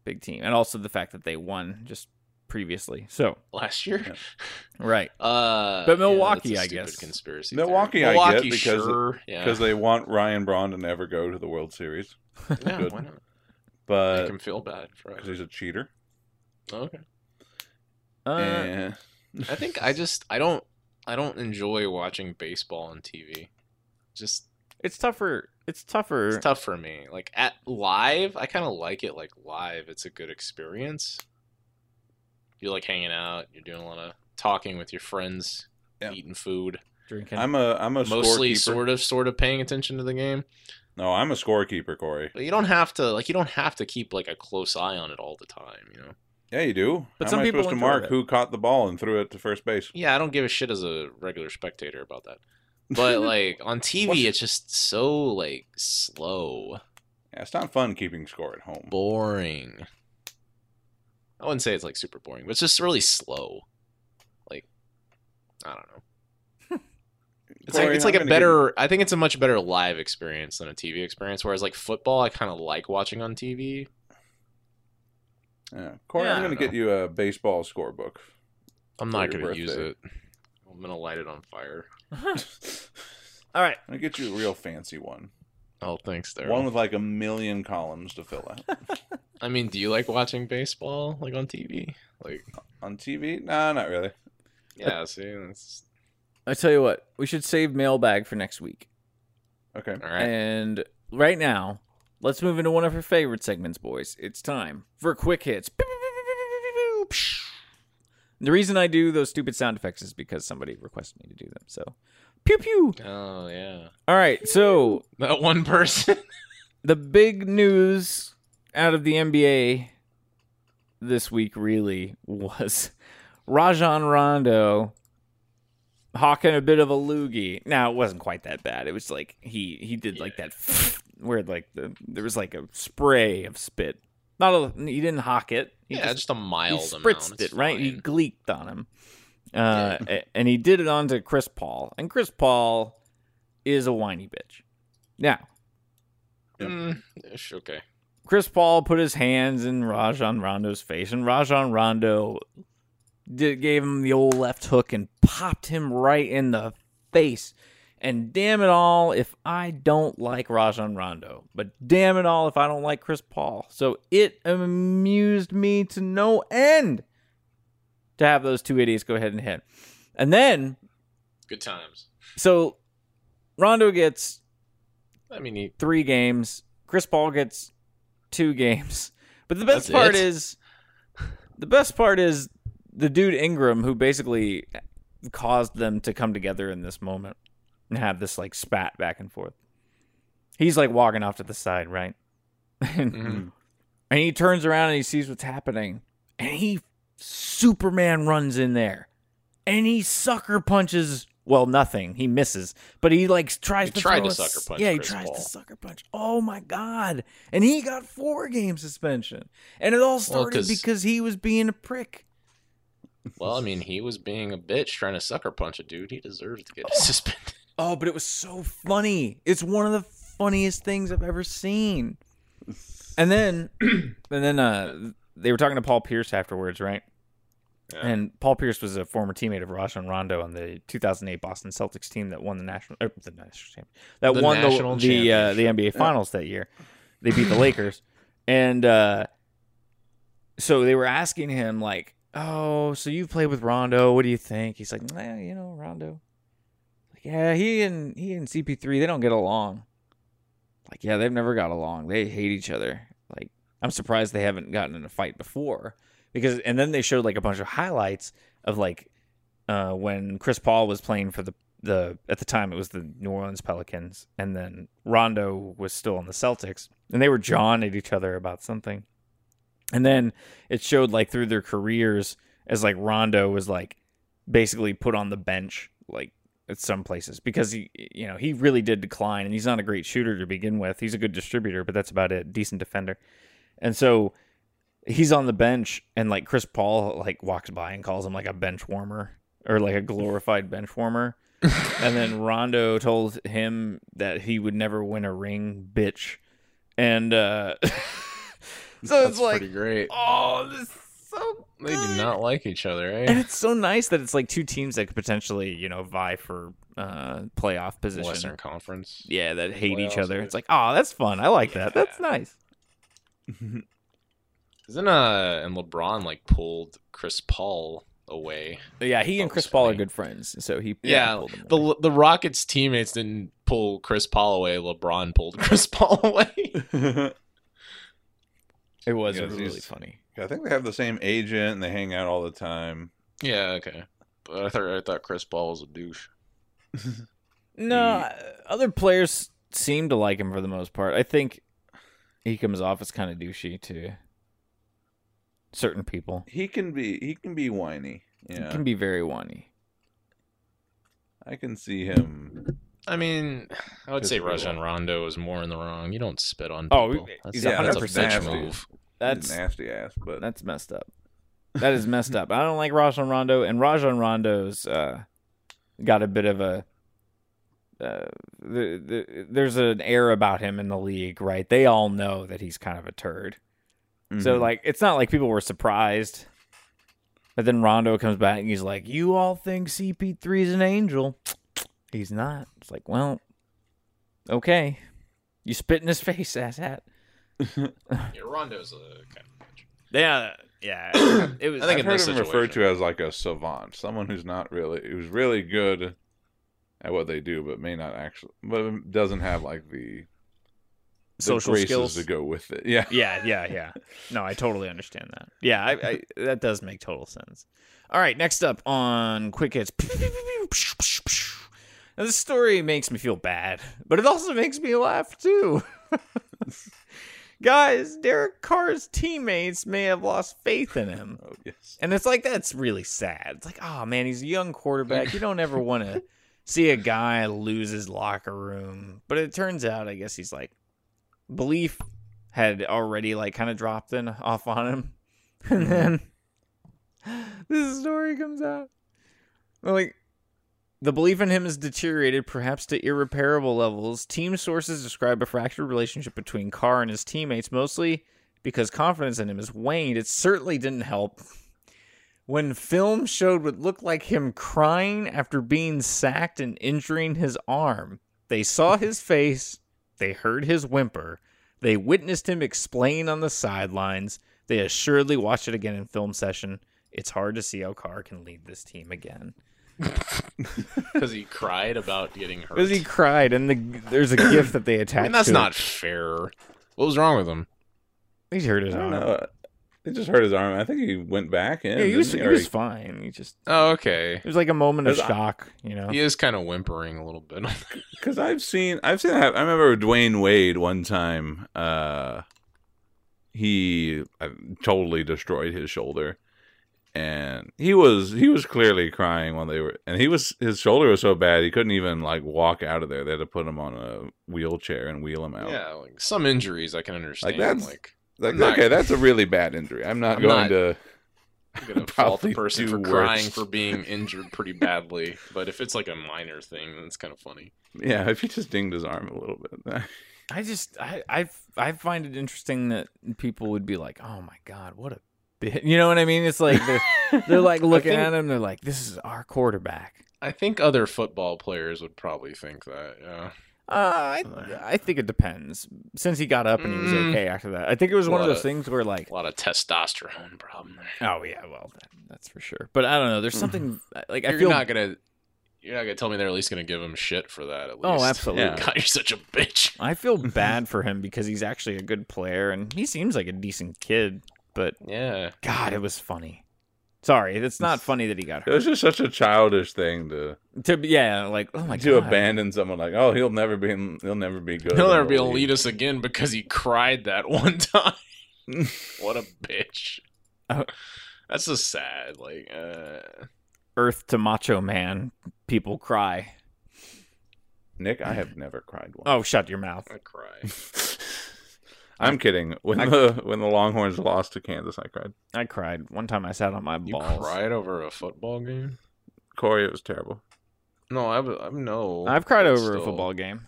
big team, and also the fact that they won just previously. So
Last year,
Yeah.
right,
(laughs) uh,
But
yeah, that's
Milwaukee,
a
I
stupid
guess.
conspiracy.
Milwaukee,
theory.
I get,
Milwaukee,
because-
sure, yeah,
because they want Ryan Braun to never go to the World Series,
yeah,
good. Uh,
why not? Make
but
him feel bad for
because
us.
he's a cheater.
Okay,
uh,
Eh.
I think I just I don't I don't enjoy watching baseball on TV. Just
it's tougher. It's tougher.
it's tough for me. Like at live, I kind of like it. Like live, it's a good experience. You're like hanging out. You're doing a lot of talking with your friends,
Yeah.
eating food,
drinking.
I'm a I'm a
mostly
scorekeeper.
sort of sort of paying attention to the game.
No, I'm a scorekeeper, Corey.
But you don't have to like you don't have to keep like a close eye on it all the time. You know.
Yeah, you do.
But
How
some
am I
people
supposed to
enjoy
mark
that.
who caught the ball and threw it to first base?
Yeah, I don't give a shit as a regular spectator about that.
(laughs)
(laughs) But like on
What's-
TV, it's just so like slow,
Yeah, it's not fun keeping score at home.
boring. I wouldn't say it's like super boring, but it's just really slow. Like I don't know. It's like
Corey,
it's like
I'm
a
gonna give you-
better. I think it's a much better live experience than a TV experience. Whereas like football, I kind of like watching on TV.
Yeah. Corey,
Yeah, I
I'm going to
don't know.
get you a baseball scorebook.
I'm
For
not
your
gonna use
birthday.
it. I'm gonna light it on fire.
(laughs) All right.
I'm going to get you a real fancy one.
Oh, thanks, there.
One with like a million columns to fill
(laughs)
out.
I mean, do you like watching baseball like on TV? Like
On TV? Nah, not really.
yeah, see, that's
I tell you what, we should save mailbag for next week.
(laughs)
Okay.
all right.
And right now, Let's move into one of her favorite segments, boys. It's time for quick hits. The reason I do those stupid sound effects is because somebody requested me to do them. So, pew pew.
Oh yeah,
All right. So,
that one person.
the big news out of the NBA this week really was (laughs) Rajon Rondo hawking a bit of a loogie. Now it wasn't quite that bad. It was like he he did like that (laughs) where like the there was like a spray of spit. Not a, he didn't hawk it. He
yeah, just, a mild
he
amount.
spritzed it
It's
right. He
fine.
gleeked on him, uh, a- and he did it onto Chris Paul. And Chris Paul is a whiny bitch. Now
Mm, ish, okay.
Chris Paul put his hands in Rajon Rondo's face, and Rajon Rondo did, gave him the old left hook and popped him right in the face. And damn it all, if I don't like Rajon Rondo, but damn it all, if I don't like Chris Paul. So it amused me to no end to have those two idiots go head and head. And then,
Good times.
so Rondo gets
I mean, he,
three games. Chris Paul gets two games. But the best
That's
part
it?
is the best part is the dude Ingram who basically caused them to come together in this moment and have this like spat back and forth. He's like walking off to the side, right? (laughs) And,
Mhm.
and he turns around and he sees what's happening. And he Superman runs in there. And he sucker punches well, nothing. He misses. But he like tries
He
to
tried
throw
to
a-
sucker punch
Yeah, he
Chris
tries
Paul.
to sucker punch. Oh my god. And he got four game suspension. And it all started
'cause-
because he was being a prick.
well, I mean, he was being a bitch trying to sucker punch a dude. He
(laughs)
deserves to get suspended.
Oh, but it was so funny. It's one of the funniest things I've ever seen. And then (clears throat) and then uh they were talking to Paul Pierce afterwards, right?
Yeah.
And Paul Pierce was a former teammate of Rajon Rondo on the 2008 Boston Celtics team that won the national er, the national champ, that
The
won
national
the the, uh, the NBA Finals that year. They beat the
(laughs)
Lakers, and uh, so they were asking him like, "Oh, so you played with Rondo? What do you think?" He's like, "Nah, you know, Rondo. Like, yeah, he and he and CP3 they don't get along. Like, yeah, they've never got along. They hate each other. Like, I'm surprised they haven't gotten in a fight before." because and then they showed like a bunch of highlights of like uh when Chris Paul was playing for the the at the time it was the New Orleans Pelicans and then Rondo was still on the Celtics and they were jawing at each other about something. And then it showed like through their careers as like Rondo was like basically put on the bench like at some places because he you know he really did decline and he's not a great shooter to begin with. He's a good distributor, but that's about it. Decent defender. And so he's on the bench and like Chris Paul like walks by and calls him like a bench warmer or like a glorified bench warmer. and then Rondo told him that he would never win a ring, bitch. And uh (laughs) so it's like
pretty great.
Oh, this is so
They do
good.
not like each other,
And
eh?
it's so nice that it's like two teams that could potentially, you know, vie for uh playoff position.
Western Conference.
Yeah, that hate each
Playoffs,
other.
yeah.
It's like, oh, that's fun. I like that.
Yeah.
That's nice.
Isn't uh and LeBron like pulled Chris Paul away?
Yeah, he
That
and
was
Chris Paul are
funny.
good friends, so he
Yeah,
pulled him in.
The the Rockets teammates didn't pull Chris Paul away. LeBron pulled (laughs) Chris Paul away.
it was
Yeah,
really
he's-
funny.
I think they have the same agent and they hang out all the time.
yeah, okay. But I thought I thought Chris Paul was a douche.
No, uh, other players seem to like him for the most part. I think he comes off as kind of douchey to certain people.
He can be he can be whiny.
He
Yeah.
can be very whiny.
I can see him.
I mean, I would say
Chris Paul.
Rajon Rondo is more in the wrong. You don't spit on
Oh,
people.
he's
that's, that's a
100%
bitch
nasty.
move.
That's
nasty ass, but
That's messed up. That is messed up. I don't like Rajon Rondo, and Rajon Rondo's uh, got a bit of a. Uh, the, the, there's an air about him in the league, right? They all know that he's kind of a turd. So
Mhm.
like, it's not like people were surprised. But then Rondo comes back and he's like, "You all think CP3 is an angel? He's not." It's like, well, okay, you spit in his face, asshat.
Yeah, Rondo's a kind of bitch.
Yeah, yeah. (coughs) It was.
I think
I've
in
heard
this
him referred
situation-
to as like a savant, someone who's not really who's really good at what they do, but may not actually, but doesn't have like the
social
graces
skills.
to go with it. Yeah.
(laughs) yeah, yeah, yeah. No, I totally understand that. Yeah, I, I, that does make total sense. All right, next up on quick hits. Now, this story makes me feel bad, but it also makes me laugh too. (laughs) Guys, Derek Carr's teammates may have lost faith in him.
Oh, yes.
And it's like that's really sad. It's like, oh man, he's a young quarterback. You don't ever want (laughs) to see a guy lose his locker room. But it turns out, I guess he's like belief had already like kind of dropped in off on him, (laughs) and then (laughs) this story comes out. They're Like the belief in him is deteriorated, perhaps to irreparable levels. Team sources describe a fractured relationship between Carr and his teammates, mostly because confidence in him has waned. It certainly didn't help when film showed what looked like him crying after being sacked and injuring his arm. They saw his face, they heard his whimper, they witnessed him explain on the sidelines. They assuredly watched it again in film session. It's hard to see how Carr can lead this team again.
because he cried about getting hurt.
Because he cried, and the, there's a gift that they attached.
and that's
to
not
It.
fair.
What was wrong with him?
He's hurt his
I don't
arm.
know. It just hurt his arm. I think he went back in.
Yeah, he was,
didn't
he
Or
was fine. He just
Oh, okay.
it was like a moment of
There's-
shock, you know.
He is kind of whimpering a little
(laughs)
bit.
Because I've seen, I've seen. that- I remember Dwayne Wade one time. Uh, he uh, totally destroyed his shoulder, and he was he was clearly crying while they were. And he was his shoulder was so bad he couldn't even like walk out of there. They had to put him on a wheelchair and wheel him out.
Yeah, like some injuries I can understand. Like,
that's- Like,
I'm not-
okay, that's a really bad injury. I'm not
I'm
going
not-
to.
you're (laughs) gonna fault
probably
the person
do
for crying
worse.
for being injured pretty badly. But if it's like a minor thing, then it's kind of funny.
Yeah, if he just dinged his arm a little bit.
I just I, I I find it interesting that people would be like, "Oh my god, what a bit," you know what I mean? It's like
(laughs)
they're, they're like looking
think-
at him, they're like, "This is our quarterback."
I think other football players would probably think that. Yeah,
Uh, I I think it depends. Since he got up and he was
Mm.
okay after that, I think it was one of
What
those
a-
things where like,
a lot of testosterone problem there.
"Oh yeah, well that, that's for sure." But I don't know. There's something like I
mm. you're
feel.
not gonna you're not gonna tell me they're at least gonna give him shit for that. At least.
Oh, absolutely.
Yeah.
(laughs) God, you're such a bitch.
(laughs) I
(laughs)
feel bad for him because he's actually a good player and he seems like a decent kid. But
Yeah.
God, it was funny. Sorry, it's not funny that he got
It
hurt.
was just such a childish thing to
To be- yeah, like oh my
to
god,
abandon someone. Like, oh, he'll never be, he'll never be good.
He'll
in
never
the
be able to
league.
lead us again because he cried that (laughs)
(laughs)
one time. what a bitch.
Oh.
That's so sad. Like, uh,
Earth to Macho Man, people cry.
Nick, I have never cried once.
Oh, shut your mouth.
I cry.
(laughs) I'm kidding. When the when the Longhorns lost to Kansas, I cried.
I cried one time. I sat on my
You
balls.
cried over a football game?
Corey, it was terrible.
No, I, w- I no.
I've cried
but
over a
still. (laughs)
football game.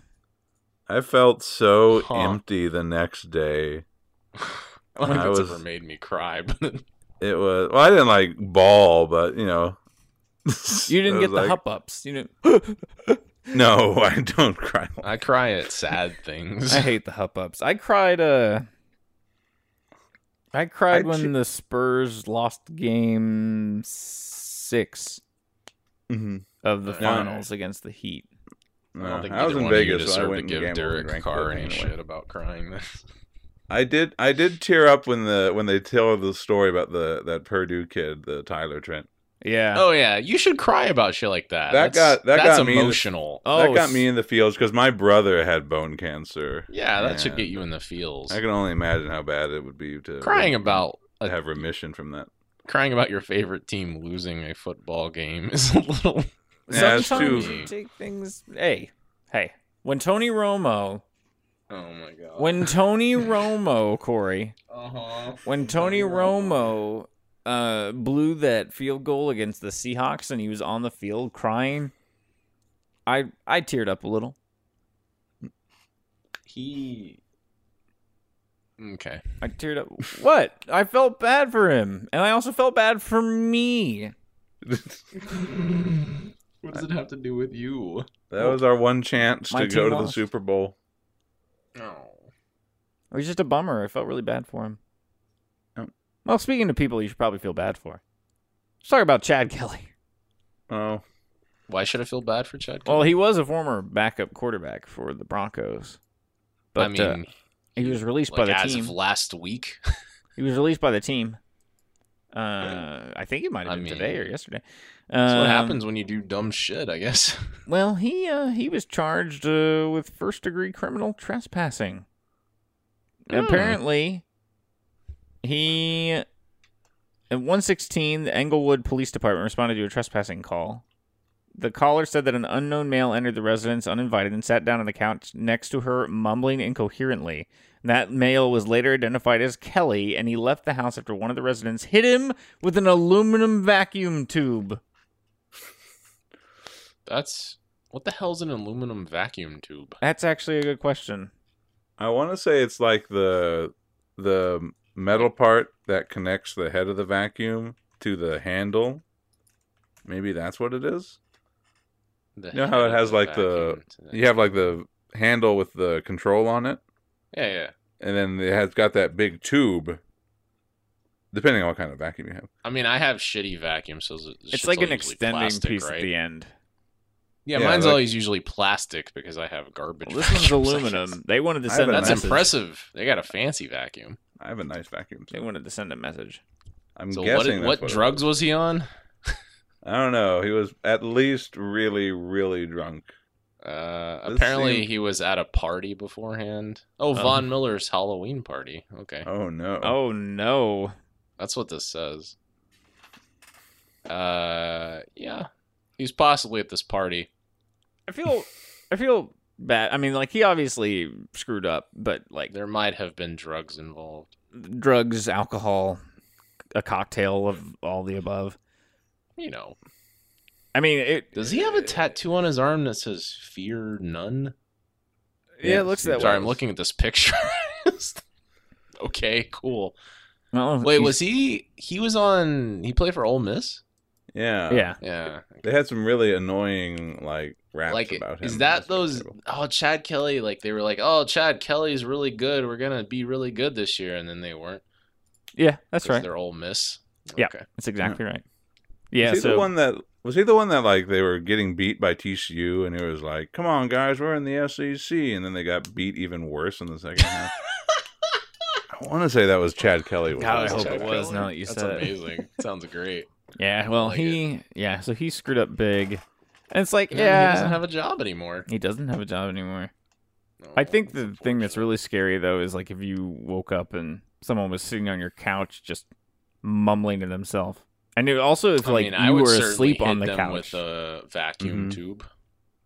I felt so
Huh.
empty the next day.
I
when
don't think
I
that's
was-
ever made
(laughs)
me cry, but
It was well, I didn't like ball, but you know,
You didn't
(laughs) I
get the
was like,
hup ups. You didn't. (gasps)
No, (laughs) I don't cry.
I cry at sad
(laughs)
things.
I hate the hup ups. I cried. Uh, I cried
I
when
che-
the Spurs lost game six
Mm-hmm.
of the
Uh,
finals against the Heat.
I don't think
I was
either
in
one of you
Vegas. So I
deserve
went and
to give
gambled and
Derek
drank
Carr any
propane away.
shit about crying. (laughs) This.
I did. I did tear up when the when they tell the story about the that Purdue kid, the Tyler Trent.
Yeah.
Oh yeah, you should cry about shit like that.
That
that's,
got- that
that's
got me in the-
emotional.
Oh,
Oh, that got me in the fields because my brother had bone cancer.
yeah, that should get
and
you in the feels.
I can only imagine how bad it would be to
crying about
to
a,
have remission from that. (laughs)
crying about your favorite team losing a football game (laughs) is a little.
Yeah,
Sometimes
it's
too-
you take things. Hey, hey. When Tony Romo,
Oh my god.
when Tony Romo, Corey,
uh-huh.
when Tony Romo uh, blew that field goal against the Seahawks and he was on the field crying, I I teared up a little.
he okay.
I teared up. (laughs) What? I felt bad for him, and I also felt bad for me.
What does it have to do with you?
That was our one chance
My
to go
team
to the
lost.
Super Bowl.
Oh.
It was just a bummer. I felt really bad for him.
Oh.
Well, speaking to people, you should probably feel bad for. Let's talk about Chad (laughs) Kelly.
Oh,
Why should I feel bad for Chad?
Well,
Kelly?
he was a former backup quarterback for the Broncos, but
I mean,
uh, He was released by
like
the
as
team.
of last week.
He was released by the team. Uh, I think it might have
I
been
mean,
today or yesterday.
That's
Um,
what happens when you do dumb shit, I guess. (laughs)
Well, he uh, he was charged uh, with first degree criminal trespassing.
Hmm.
Apparently, he at one sixteen, the Englewood Police Department responded to a trespassing call. The caller said that an unknown male entered the residence uninvited and sat down on the couch next to her, mumbling incoherently. That male was later identified as Kelly, and he left the house after one of the residents hit him with an aluminum vacuum tube.
That's what the hell's an aluminum vacuum tube?
That's actually a good question.
I want to say it's like the the metal part that connects the head of the vacuum to the handle. Maybe that's what it is.
The
You know
head
how it
of
has, like, the-
vacuum to the-
You have like the handle with the control on it,
yeah, yeah.
and then it has got that big tube. Depending on what kind of vacuum you have,
I mean, I have shitty vacuums, so
It's like an extending piece at the end.
Yeah,
Yeah,
mine's
like-
always usually plastic because I have garbage.
Well, this one's
vacuums, I
aluminum.
guess.
They wanted to
I
send
have
a
a
That's
message.
nice-
impressive. They got a fancy vacuum.
I have a nice vacuum.
They
So
wanted to send a message.
I'm
So what,
guessing
what
that's it
drugs
was.
was he on?
I don't know. He was at least really, really drunk.
Uh,
This
apparently
seemed-
he was at a party beforehand. Oh,
Oh.
Von Miller's Halloween party. Okay,
Oh no!
Oh no!
that's what this says. Uh, yeah, he's possibly at this party.
I feel, I feel bad. I mean, like he obviously screwed up, but like
There might have been drugs involved.
drugs, alcohol, a cocktail of all the above.
You know, Eh.
I mean, it.
does he have a tattoo on his arm that says "Fear none"?
Yeah, it looks that
Sorry,
way.
I'm looking at this picture. (laughs) okay, cool.
Well,
Wait,
he's-
was he? He was on. He played for Ole Miss. uh,
Yeah,
yeah?
Yeah.
They had some really annoying like raps
like
about him.
is
in
that
this
those
roundtable.
oh chad kelly like they were like oh chad kelly's really good we're gonna be really good this year and then they weren't
Yeah, that's
'cause
right.
they're old miss
Yeah.
okay
That's exactly right. Yeah.
was he
So
the one that was he the one that like they were getting beat by TCU and he was like, "Come on, guys, we're in the SEC," and then they got beat even worse in the second half. I want to say that was Chad Kelly.
God, I
it?
hope it
Chad
was,
Kelly?
now that you
that's
said it.
amazing
(laughs)
sounds great
yeah, well,
Like
he yeah, so he screwed up big, and it's like
And
yeah,
he doesn't have a job anymore
he doesn't have a job anymore.
No,
I think the thing that's
unfortunately.
really scary though is like if you woke up and someone was sitting on your couch just mumbling to themselves. And it also if
I
like
mean, I
you
would
were
certainly
asleep on
hit
the
them
couch,
with a vacuum
Mhm.
tube,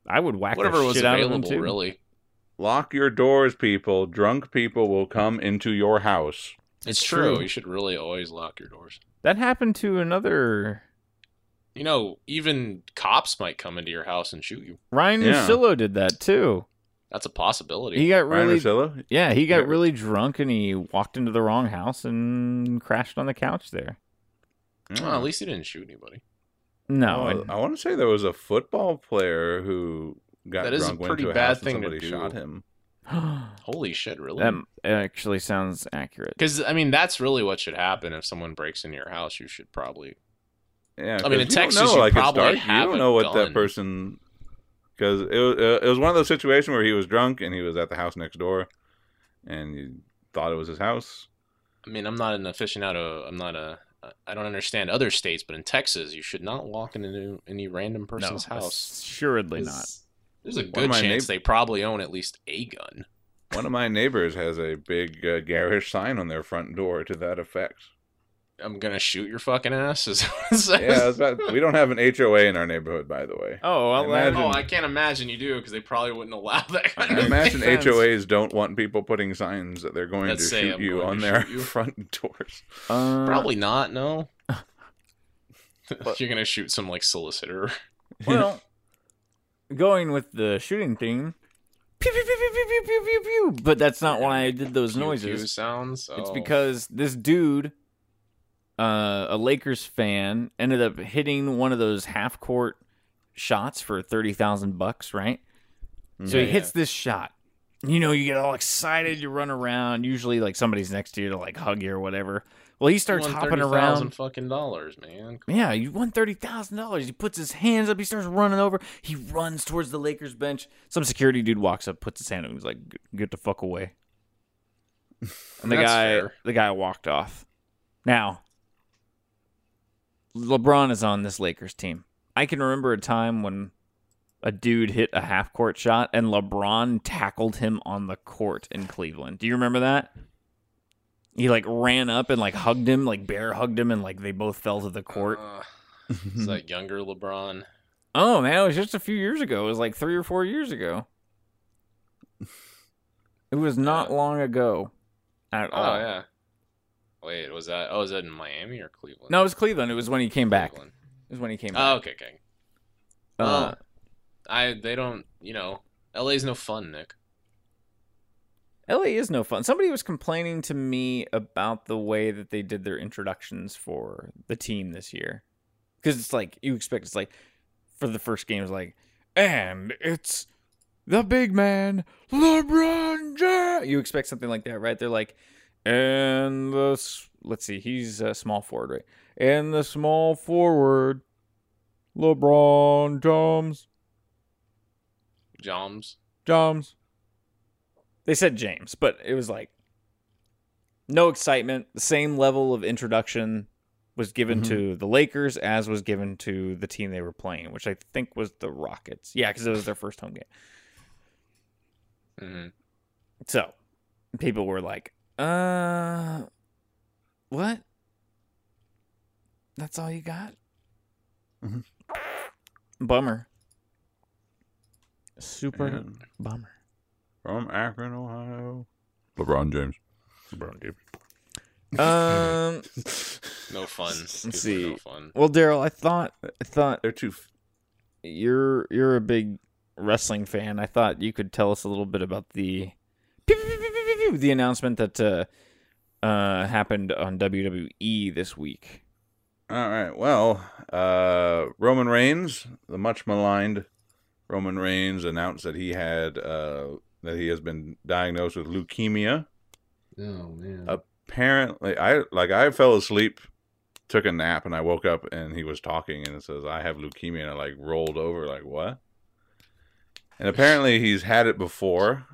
I would whack
whatever
the
was
shit out of them
available,
too.
really.
Lock your doors, people. Drunk people will come into your house.
It's true.
true.
You should really always lock your doors.
That happened to another
You know, even cops might come into your house and shoot you.
Ryan
Yeah.
Russillo did that too.
That's a possibility.
He got
Ryan
really
Russillo?
yeah, he got
Yeah.
really drunk and he walked into the wrong house and crashed on the couch there.
Well, at least he didn't shoot anybody.
No,
Oh,
and-
I want to say there was a football player who got
That is a
drunk, went
pretty
to a
bad
house
thing
and
to
somebody
do.
shot him.
Holy shit,
(gasps)
really?
that actually sounds accurate.
Because I mean, that's really what should happen if someone breaks into your house. You should probably.
Yeah,
I
'cause
mean, in
you don't
Texas,
know,
you
like, it's
probably
dark. you
have a
don't know what
gun.
that person because it was uh, it was one of those situations where he was drunk and he was at the house next door, and you thought it was his house.
I mean, I'm not an aficionado. I'm not a. I don't understand other states, but in Texas, you should not walk into any random person's
no,
house.
assuredly not.
There's- There's a
of
good
my
chance
neigh-
they probably own at least a gun.
One of
(laughs)
my neighbors has a big uh, garish sign on their front door to that effect.
(laughs) I'm gonna shoot your fucking ass. Is what it says.
Yeah,
(laughs)
it's about, we don't have an HOA in our neighborhood, by the way.
Oh, well,
I
that-
Oh, I can't imagine you do because they probably wouldn't allow that.
I
Kind of
imagine
thing.
sense.
HOAs don't want people putting signs that they're going
That
to
say,
shoot
"I'm
you
going
on
to
their
shoot you."
(laughs) front doors.
Uh,
Probably not. No. (laughs) You're gonna shoot some like solicitor. (laughs)
Well, going with the shooting theme, pew pew pew pew pew pew pew pew. pew. But that's not why I did those
pew, pew
noises.
(laughs) sounds.
It's
Oh.
because this dude, uh, a Lakers fan, ended up hitting one of those half court shots for thirty thousand bucks. Right. So he
Yeah,
hits this shot. You know, you get all excited, you run around. Usually, like somebody's next to you to like hug you or whatever. Well, he starts
won
hopping
30,000
around.
Fucking dollars, man.
Yeah, you won thirty thousand dollars. He puts his hands up. He starts running over. He runs towards the Lakers bench. Some security dude walks up, puts his hand up, and he's like, "Get- "Get the fuck away." and the
That's
guy
fair.
the guy walked off. Now, LeBron is on this Lakers team. I can remember a time when a dude hit a half court shot and LeBron tackled him on the court in Cleveland. Do you remember that? He like ran up and like hugged him, like bear hugged him, and like they both fell to the court.
Uh, it's that younger LeBron.
Oh man, it was just a few years ago. It was like three or four years ago. It was not long ago at
Oh,
all.
yeah. Wait, was that? Oh, is that in Miami or Cleveland?
No, it was Cleveland. It was when he came back. It
Cleveland.
was when he came back.
Oh, okay, okay.
Uh,
I they don't. You know, LA's no fun, Nick.
LA is no fun. Somebody was complaining to me about the way that they did their introductions for the team this year. Because it's like, you expect it's like, for the first game, it's like, and it's the big man, LeBron James. You expect something like that, right? They're like, and the, s- let's see, he's a small forward, right? And the small forward, LeBron James.
Joms.
Joms. They said James, but it was like no excitement. The same level of introduction was given
Mhm.
to the Lakers as was given to the team they were playing, which I think was the Rockets. Yeah, because it was their first home game.
hmm
So people were like, uh, what? That's all you got?
Mhm.
Bummer. Super
(laughs) And
bummer.
from Akron, Ohio. LeBron James. LeBron James.
Um,
(laughs) No fun. People are
see.
No fun.
Well, Daryl, I thought I thought
They're too. F-
you're you're a big wrestling fan. I thought you could tell us a little bit about the pew, pew, pew, pew, pew, pew, the announcement that uh, uh, happened on WWE this week.
All right. Well, uh, Roman Reigns, the much maligned Roman Reigns, announced that he had uh, that he has been diagnosed with leukemia.
Oh man.
Uh, Apparently, I like I fell asleep, took a nap, and I woke up and he was talking and it says I have leukemia and I like rolled over like what? And apparently he's had it before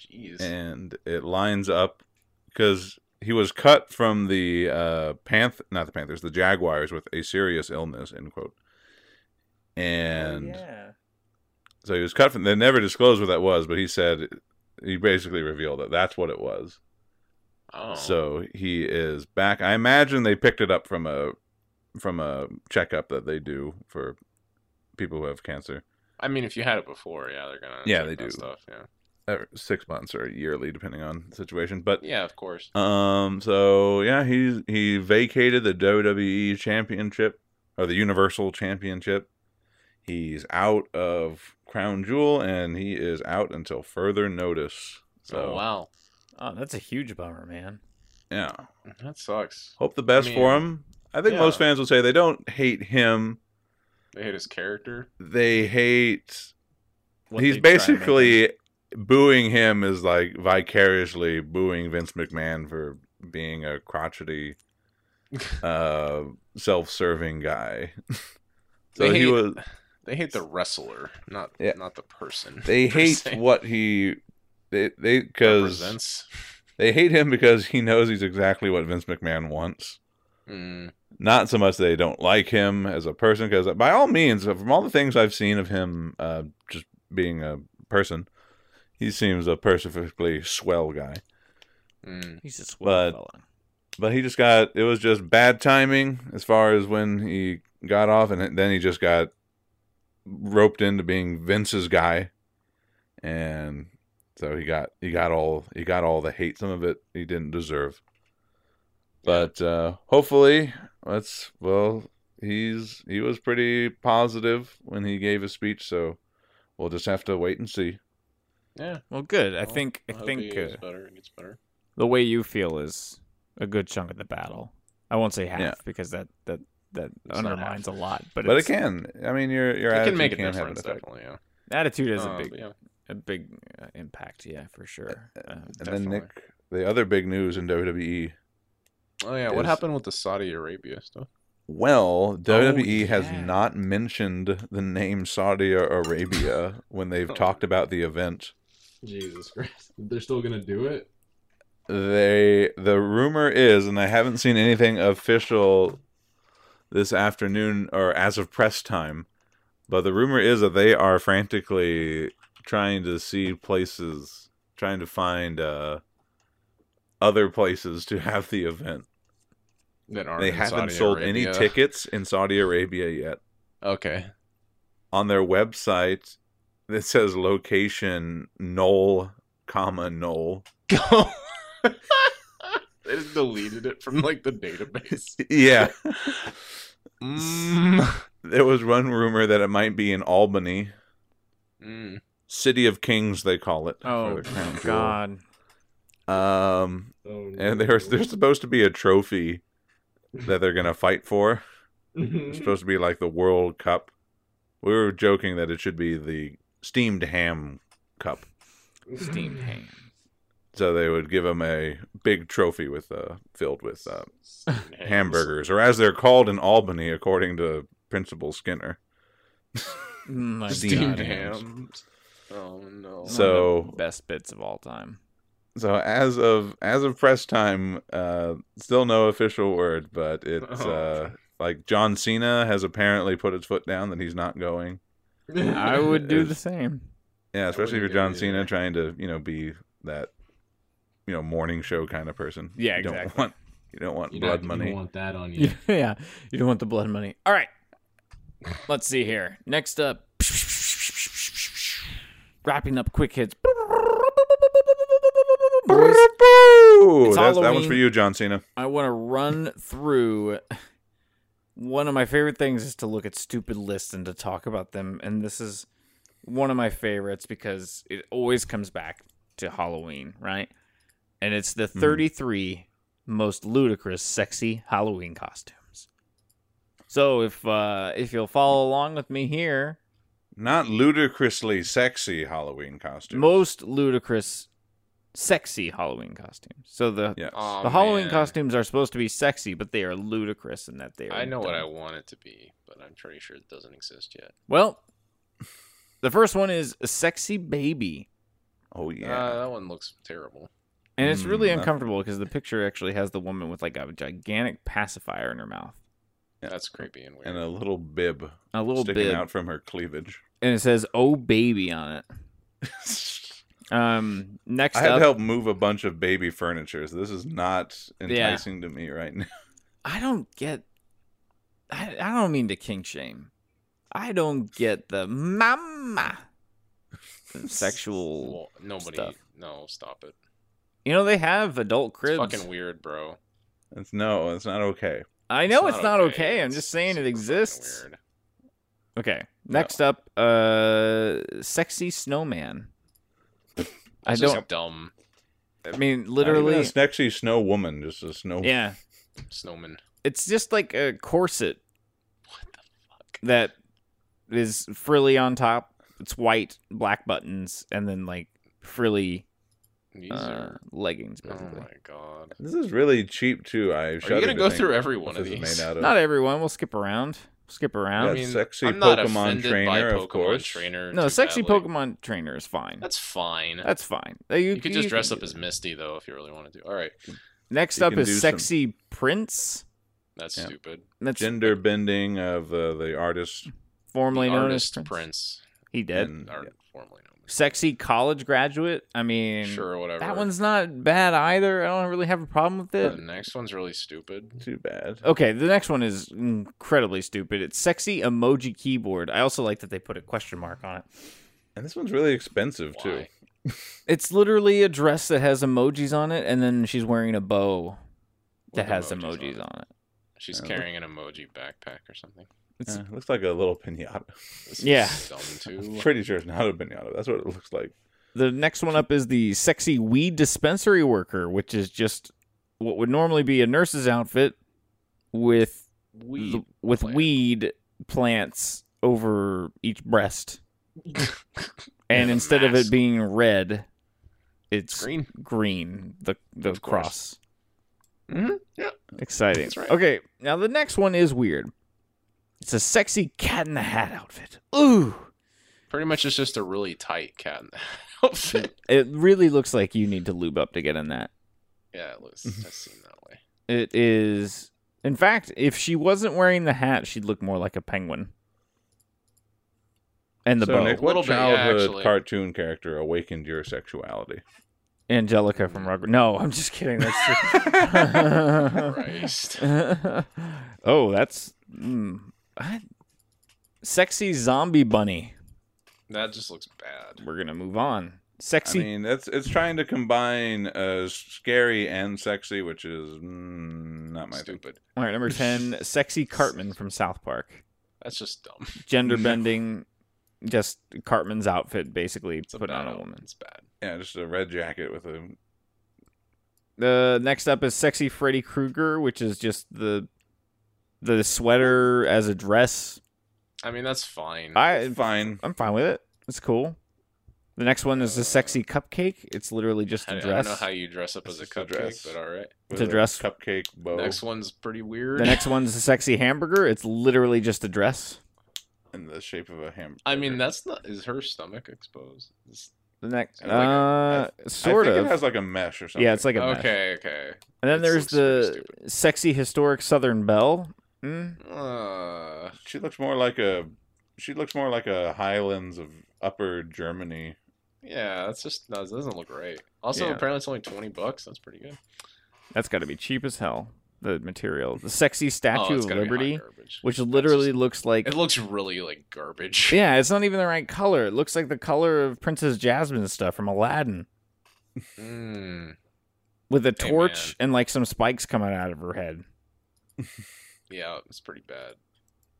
Jeez.
and it lines up because he was cut from the uh panth not the panthers the jaguars with a serious illness end quote and
Oh,
so he was cut from they never disclosed what that was but he said he basically revealed that that's what it was
oh.
so he is back i imagine they picked it up from a from a checkup that they do for people who have cancer
I mean, if you had it before, yeah, they're gonna.
Yeah,
check
they
that
do.
stuff. Yeah.
uh, six months or yearly depending on the situation but
Yeah, of course. Oh,
Um. So yeah, he's he vacated the WWE Championship or the Universal Championship. He's out of Crown Jewel, and he is out until further notice. So
oh wow,
Oh, that's a huge bummer, man.
yeah,
that sucks.
hope the best
I
for
mean,
him. I think
yeah.
most fans will say they don't hate him.
They hit his character.
They hate.
What
he's
they try and make him-
basically booing him is like vicariously booing Vince McMahon for being a
(laughs)
crotchety uh self-serving guy. (laughs) so
They
he
hate-
was
They hate the wrestler, not
Yeah.
not the person.
(laughs)
they
per
hate
se.
what he they they cuz
represents.
they hate him because he knows he's exactly what Vince McMahon wants.
Mm,
Not so much they don't like him as a person cuz by all means from all the things I've seen of him uh just being a person, he seems a perfectly swell guy.
mm.
he's a swell
But-
fella.
but he just got it was just bad timing as far as when he got off and then he just got roped into being Vince's guy and so he got he got all he got all the hate some of it he didn't deserve but uh hopefully that's well he's he was pretty positive when he gave his speech so we'll just have to wait and see
Yeah,
Well, good. I
Well,
think I
hope he
think
gets
uh,
better. It gets better.
the way you feel is a good chunk of the battle. I won't say half
Yeah.
because that that that
not
undermines a
half.
lot, but
but, it
it's,
can i mean your your
It
attitude
can make a
have an
difference,
effect.
definitely. Yeah.
attitude is a
Uh,
Oh,
big
but
a
yeah.
big uh, impact, yeah, for sure. Uh,
and
Definitely.
then nick the other big news in E wwe
Oh yeah, what
is-
happened with the Saudi Arabia stuff?
Well, WWE
Oh,
has
yeah.
not mentioned the name Saudi Arabia when they've
Oh.
talked about the event.
Jesus Christ, they're still gonna do it.
they the rumor is, and I haven't seen anything official this afternoon or as of press time, but the rumor is that they are frantically trying to see places, trying to find uh, other places to have the event.
That aren't
they
in
haven't
Saudi
sold
Arabia.
any tickets in Saudi Arabia yet.
Okay.
(laughs) On their website, it says location Knoll, comma Knoll.
Go. they just deleted it from like the database.
(laughs) Yeah,
Mm.
there was one rumor that it might be in Albany,
Mm.
City of Kings, they call it. for
Oh
the crown jewel.
God!
Um,
Oh,
(laughs) and there's there's supposed to be a trophy that they're gonna fight for. It's
Mm-hmm. (laughs)
supposed to be like the World Cup. We were joking that it should be the steamed ham cup.
Steamed ham.
So they would give them a big trophy with uh, filled with uh, hamburgers, or as they're called in Albany, according to Principal Skinner.
Mm, My
Steamed
God.
ham.
hams. Oh
One
no.
of the
(laughs)
So-
best bits of all time.
So as of as of press time, uh, still no official word, but it's
Oh.
uh, like John Cena has apparently put his foot down that he's not going.
I would do the same. Oh,
Yeah, especially if you're John
wouldn't go
Cena
either.
trying to you know be that you know morning show kind of person.
Yeah,
you
exactly.
Don't want, you don't want
You don't,
blood
You
money.
don't want that on you.
(laughs) Yeah. you don't want the blood money. All right, let's see here. Next up, wrapping up quick hits. Boys,
Ooh,
It's
that's, that one's
Halloween.
for you, John Cena.
I want to run through. One of my favorite things is to look at stupid lists and to talk about them, and this is one of my favorites because it always comes back to Halloween, right? And it's the
Hmm.
33 most ludicrous sexy Halloween costumes. So if uh if you'll follow along with me here,
Not ludicrously sexy Halloween costume.
most ludicrous sexy Halloween costumes. So the
yeah.
Aw,
the Halloween
Oh, man.
costumes are supposed to be sexy, but they are ludicrous in that they are
I know what I
dumb.
want it to be, but I'm pretty sure it doesn't exist yet.
Well, the first one is a sexy baby.
oh
Yeah.
yeah.
Uh,
Uh, that one looks terrible.
And it's really
Mm, that-
uncomfortable because the picture actually has the woman with like a gigantic pacifier in her mouth.
Yeah.
That's creepy and weird.
and a little bib
A little
sticking
bit.
out from her cleavage.
And it says oh baby on it. Um next
I had
up
to help move a bunch of baby furniture. So this is not enticing to me right now. (laughs)
I don't get I, I don't mean to king shame. I don't get the mama sexual
Well, nobody.
stuff.
No, stop it.
You know they have adult
It's
cribs.
fucking weird, bro.
It's no, it's not okay.
I know it's not, okay. I'm just saying it
super fucking
exists.
weird.
Okay. Next up, uh sexy
(laughs)
snowman. I
It's just
don't
dumb
I mean
Not even
literally
a sexy snow woman, just a
Oh.
snow.
Yeah.
snowman.
It's just like a corset
What the fuck?
that is frilly on top. It's white, black buttons, and then like frilly
These
uh,
are.
leggings
Oh
basically.
my god.
This is really cheap too. I
Are you gonna go through every one of
this is
these?
made out of.
Not everyone, we'll skip around. skip
Yeah,
around.
mean,
sexy
I'm not
Pokemon
offended by
trainer, of
Pokemon
course.
Trainer
no,
too
sexy
badly.
Pokemon trainer is fine. That's,
That's fine.
fine. Uh, You,
you could just
you
dress up
do
as
that.
Misty though if you really want to do. All right,
Next
You
up
can do
is
some-
sexy prince.
that's
Yeah.
stupid.
That's
Gender bending of uh, the artist.
formerly
The
known as
artist
prince. Hmm.
Prince,
He did.
and-
or formerly known as
Sexy college graduate. I mean,
sure whatever. Mm.
that one's not bad either. I don't really have a problem with
The
it.
next one's really stupid.
Too bad.
Okay, the next one is incredibly stupid. It's sexy emoji keyboard. I also like that they put a question mark on it.
And this one's really expensive too.
Why?
It's literally a dress that has emojis on it, and then she's wearing a bow that
With
has emojis,
it.
on, it.
She's
Uh,
Yeah.
carrying an emoji backpack or something.
It's
Uh, looks like a little pinata.
This is
Yeah.
dumb
(laughs) I'm
(laughs)
too.
pretty sure it's not a pinata. That's what it looks like.
The next one up is the sexy weed dispensary worker, which is just what would normally be a nurse's outfit with
Weed
th- with
plant.
weed plants over each
(laughs)
breast. and
Yeah,
instead of
mask.
it being red, it's green,
Green.
the the
Of course.
cross. Mm-hmm.
Mhm, yeah.
Exciting.
That's right.
Okay, now the next one is weird. It's a sexy cat in the hat outfit. Ooh.
Pretty much, it's just a really tight cat in the (laughs) outfit.
(laughs) It really looks like you need to lube up to get in that.
Yeah, it looks
Mm-hmm.
does seem that way.
It is. In fact, if she wasn't wearing the hat, she'd look more like a penguin. And the
so,
bow.
Nick,
Little
what
bit, yeah,
childhood
actually.
cartoon character awakened your sexuality?
Angelica from Rugger. No, I'm just kidding. That's (laughs)
Christ.
oh, that's mm, I- sexy zombie bunny.
That just looks bad.
We're gonna move on.
I
Sexy.
mean, it's it's trying to combine uh, scary and sexy, which is mm, not my thing.
Stupid.
all right, number ten. sexy Cartman from South Park.
That's just
(laughs)
dumb.
Gender bending. Just Cartman's outfit, basically
It's a
put
bad
on a
outfit.
woman.
It's bad.
Yeah, just a red jacket with a
The next up is sexy Freddy Krueger, which is just the the sweater as a dress.
I mean, that's fine.
I
fine.
I'm fine with it. It's cool. The next one is the sexy cupcake. It's literally just
I,
a
I don't know
dress.
how you dress up
It's
as a
just a
cupcake,
dress.
but all right.
It's
with
a dress.
cupcake
Oh.
bow.
Next one's pretty weird.
The next one's a sexy hamburger. It's literally just a dress.
in the shape of a hamburger.
I mean, that's not. Is her stomach exposed? It's-
The next,
It's like
uh,
a-
sort
I think
of.
it has like a mesh or something.
yeah, it's like a mesh.
okay, okay.
And then
This
there's
looks pretty
the sexy historic Southern Belle. Mm.
Uh,
she looks more like a she looks more like a Highlands of Upper Germany.
yeah, that's just that doesn't look right. Also,
Yeah.
apparently, it's only twenty bucks. That's pretty good.
That's got to be cheap as hell. The material, the sexy Statue
oh,
of
it's gotta be hot
Liberty,
garbage.
which
That's
literally
just-
looks like
it looks really like garbage.
yeah, it's not even the right color. It looks like the color of Princess Jasmine's stuff from Aladdin.
Mm,
with a
Hey,
torch and like some spikes coming out of her head.
yeah, it's pretty bad.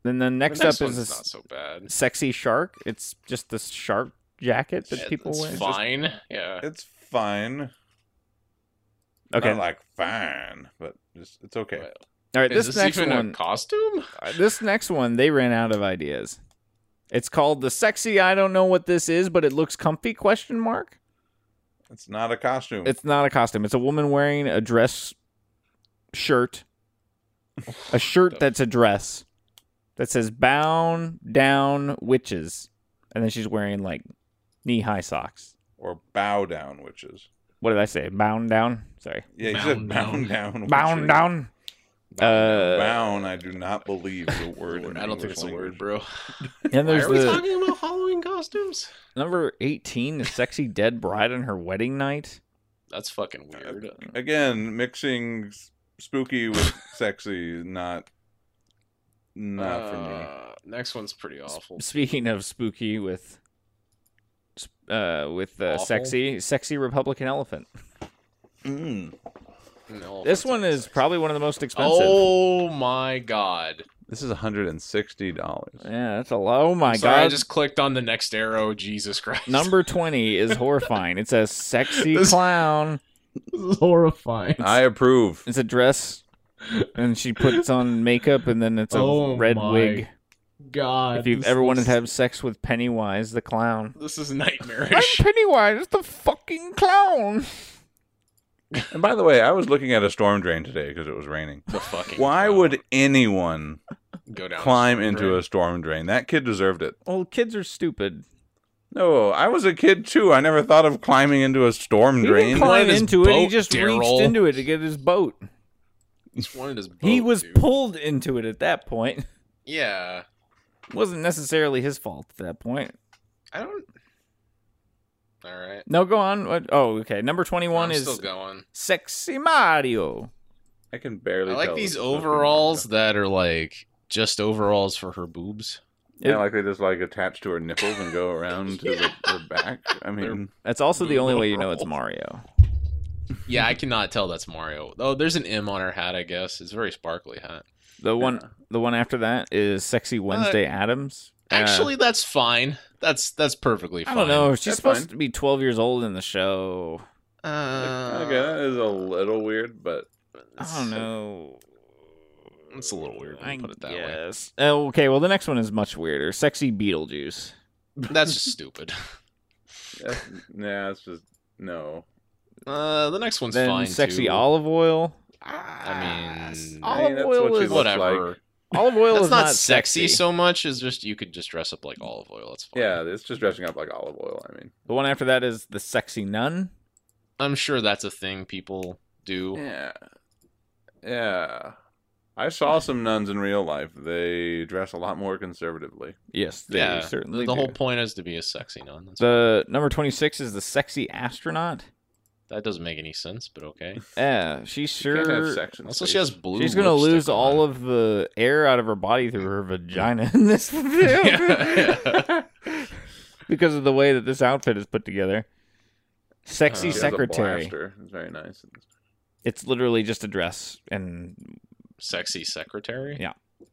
Then the next,
the next
up
one's
is
not
this
so bad.
sexy shark. It's just this shark jacket that
Yeah,
people
it's
wear.
fine. yeah,
It's fine.
Okay,
Not like fine, but just it's okay.
But-
all right.
is
This,
this,
next
even
one, uh,
a costume?
this next one, they ran out of ideas. It's called the sexy. I don't know what this is, but it looks comfy? Question mark.
It's not a costume.
It's not a costume. It's a woman wearing a dress shirt, a shirt that's a dress that says "Bound Down Witches," and then she's wearing like knee-high socks.
or bow down witches.
What did I say? Bound down. Sorry.
Yeah, you
Bound
said bound down. witches.
Bound down. Uh,
bound. I do not believe
(laughs)
the word. in
I don't
English
think it's a word,
language.
bro.
And
Why
there's
are we
the
talking about Halloween costumes?
number eighteen, the sexy dead bride on her wedding night.
That's fucking weird.
Again, mixing s- spooky with
(laughs)
sexy, not not for me.
Uh, Next one's pretty awful.
Speaking of spooky with uh with uh,
Awful.
sexy sexy Republican elephant.
Mm.
No,
This
that's
one
not
is
sexy.
probably one of the most expensive.
Oh my god!
This is $160.
Yeah, that's a lot. Oh my
Sorry,
god.
I just clicked on the next arrow. Jesus Christ! (laughs)
Number 20 is horrifying. It's a sexy
This-
clown.
horrifying.
I approve.
It's a dress and she puts on makeup and then it's a
Oh
red
my
wig.
God,
If you've ever wanted to have sex with Pennywise the
(laughs)
clown.
this is nightmarish.
Pennywise the fucking clown.
And by the way, I was looking at a storm drain today because it was raining.
(laughs) the fucking
Why
clown.
would anyone
go down
climb into a storm drain? That kid deserved it.
Well, kids are stupid.
No, I was a kid too. I never thought of climbing into a storm
He
drain.
didn't climb
Wanted his
into it. He
boat,
just reached
Daryl.
into it to get his boat.
Just wanted his
he
boat,
was
Oh, dude.
pulled into it at that point. (laughs)
yeah,
wasn't necessarily his fault at that point.
I don't. All right.
No, go on. What- Oh, okay. Number 21
I'm
is
still going.
Sexy Mario.
I can barely.
I like
tell this
these
is fucking-
overalls that are like just overalls for her boobs.
Yeah, like they just like attach to her nipples and
(laughs)
go around to the, her back. I mean,
That's also the only way you
(laughs)
know it's
Overall.
Mario.
Yeah,
(laughs)
I cannot tell that's Mario. Oh, there's an M on her hat, I guess. It's a very sparkly hat.
The one, the one after that is Sexy Wednesday Adams. Uh,
Uh, Actually, that's fine. That's that's perfectly
I
fine.
don't know. She's
That's
supposed
fine.
to be 12 years old in the show.
Uh,
okay, that is a little weird, but
I don't know.
It's a little weird. when
I
you put it that way.
guess. Oh, okay, well the next one is much weirder. Sexy Beetlejuice.
That's
(laughs)
just stupid.
that's, nah, it's just no.
Uh, the next one's
then
fine.
sexy
too.
olive oil.
I mean,
Ah,
I mean,
olive
that's
oil
what she
is
looks
whatever.
like.
(laughs) olive oil
that's
is
not,
not
sexy, so much. It's just you could just dress up like olive oil. It's fine.
Yeah, it's just dressing up like olive oil. I mean,
the one after that is the sexy nun.
I'm sure that's a thing people do.
Yeah. Yeah. I saw some nuns in real life. They dress a lot more conservatively.
Yes, they
Yeah,
certainly
The whole
do.
point is to be a sexy nun. That's-
The number 26 is the sexy astronaut.
That doesn't make any sense,
(laughs)
but okay.
Yeah, she
You can't have
sure
sex in
Also,
space.
she has blue.
She's gonna
lipstick
lose
on.
all of the air out of her body through her vagina in
(laughs)
this film
Yeah.
(laughs) because of the way that this outfit is put together.
She
Sexy
Uh,
has a
secretary.
blaster. It's very nice.
It's literally just a dress and
sexy secretary.
Yeah.
I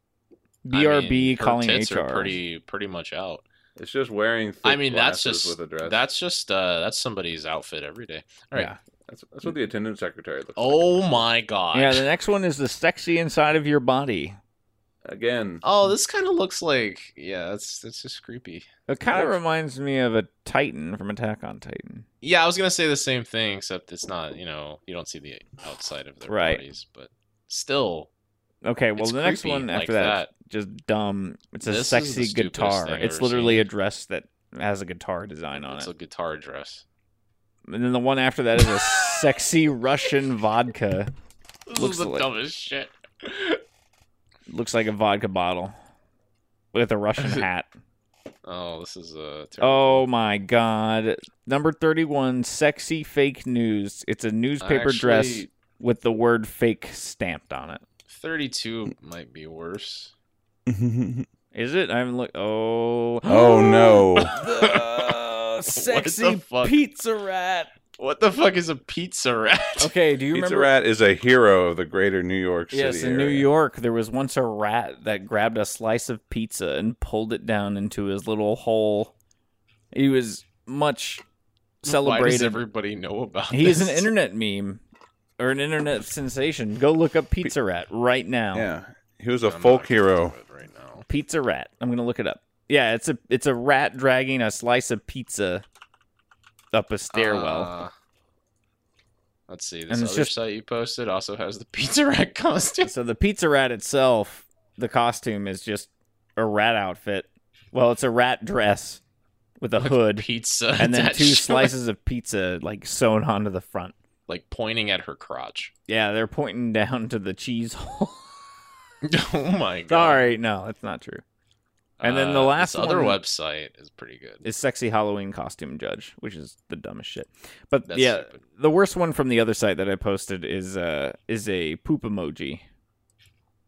mean,
BRB
her
calling
tits
HR.
Are pretty pretty much out.
It's just wearing. Thick
I mean, that's
glasses
just
with a dress.
that's just uh that's somebody's outfit every day. All right.
Yeah.
that's, that's what the attendant secretary looks like.
Oh my god.
Yeah, the next one is the sexy inside of your body.
Again,
(laughs)
(laughs) oh, this kind of looks like yeah. That's that's just creepy.
It kind of
That's-
reminds me of a Titan from Attack on Titan.
Yeah, I was gonna say the same thing, except it's not. You know, you don't see the outside of their
Right.
bodies, but still,
Okay, well
It's
the next
creepy
one
like
after that, just dumb. It's a
This is the
sexy
stupidest
guitar.
thing I've
It's
ever
literally
seen.
a dress that has a guitar design on
it's
it.
a guitar dress.
And then the one after that is a sexy Russian vodka.
This
Looks
is the
like-
dumbest shit.
Looks like a vodka bottle with a Russian hat.
Oh, this is a.
Oh my god. Number 31 sexy fake news. It's a newspaper dress with the word fake stamped on it.
Thirty-two might be worse.
Is it? I haven't looked. Oh.
oh
(laughs)
no!
The sexy
fuck?
pizza rat.
What the fuck is a pizza rat?
Okay, do you
Pizza
remember
Rat is a hero of the greater New York City.
Yes, in New
area.
York, there was once a rat that grabbed a slice of pizza and pulled it down into his little hole. He was much
(laughs) Why does
celebrated.
everybody know about?
He is an
this?
internet meme or an internet sensation. Go look up Pizza Rat right now.
Yeah, he was
I'm
a
not
folk
gonna
hero.
do it Right now.
Pizza Rat. I'm gonna look it up. Yeah, it's a it's a rat dragging a slice of pizza up a
Ah.
stairwell.
Uh, let's see. This
And it's
other
just-
site you posted also has the (laughs) pizza rat costume.
So the pizza rat itself, the costume is just a rat outfit. Well, it's a rat dress with a hood
Pizza
and then
attached
two
to it,
slices of pizza like sewn onto the front.
like pointing at
(laughs)
her crotch. (laughs)
Yeah, they're pointing down to the cheese hole.
oh my god!
Sorry, no, it's not true. And then the
Uh,
last
this other
one-
website is pretty good.
It's sexy Halloween costume judge, which is the dumbest shit. But
That's
yeah,
stupid.
the worst one from the other site that I posted is uh is a poop emoji.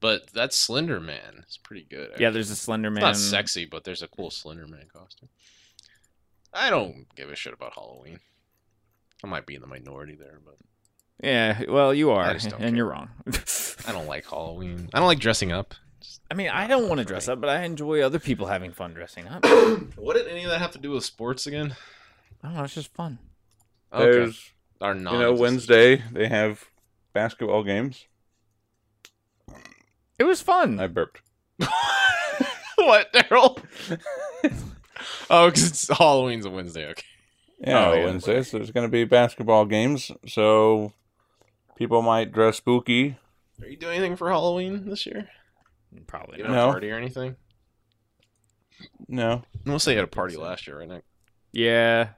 But that Slender Man is pretty good.
Yeah,
actually.
there's a Slender Man.
It's not sexy, but there's a cool Slender Man costume. I don't give a shit about Halloween. I might be in the minority there, but
Yeah, well, you are,
I
and
just don't
you're
care.
wrong.
I don't like Halloween. I don't like dressing up.
I mean, I
Not
don't
fun
want to
for
dress
me.
up, but I enjoy other people having fun dressing up. I
(coughs) what did any of that have to do with sports again?
don't know, it's just fun.
Okay.
There's,
Our
you know,
non-existent-
Wednesday they have basketball games.
It was fun.
I burped.
(laughs) what, Daryl? oh, because it's Halloween's a Wednesday. Okay.
Yeah,
Oh, yeah.
Wednesday. So there's going to be basketball games. So people might dress spooky.
Are you doing anything for Halloween this year?
Probably
You
not.
don't
No.
have a party or anything?
No,
Unless they had a party
so.
last year, right? Nick?
Yeah.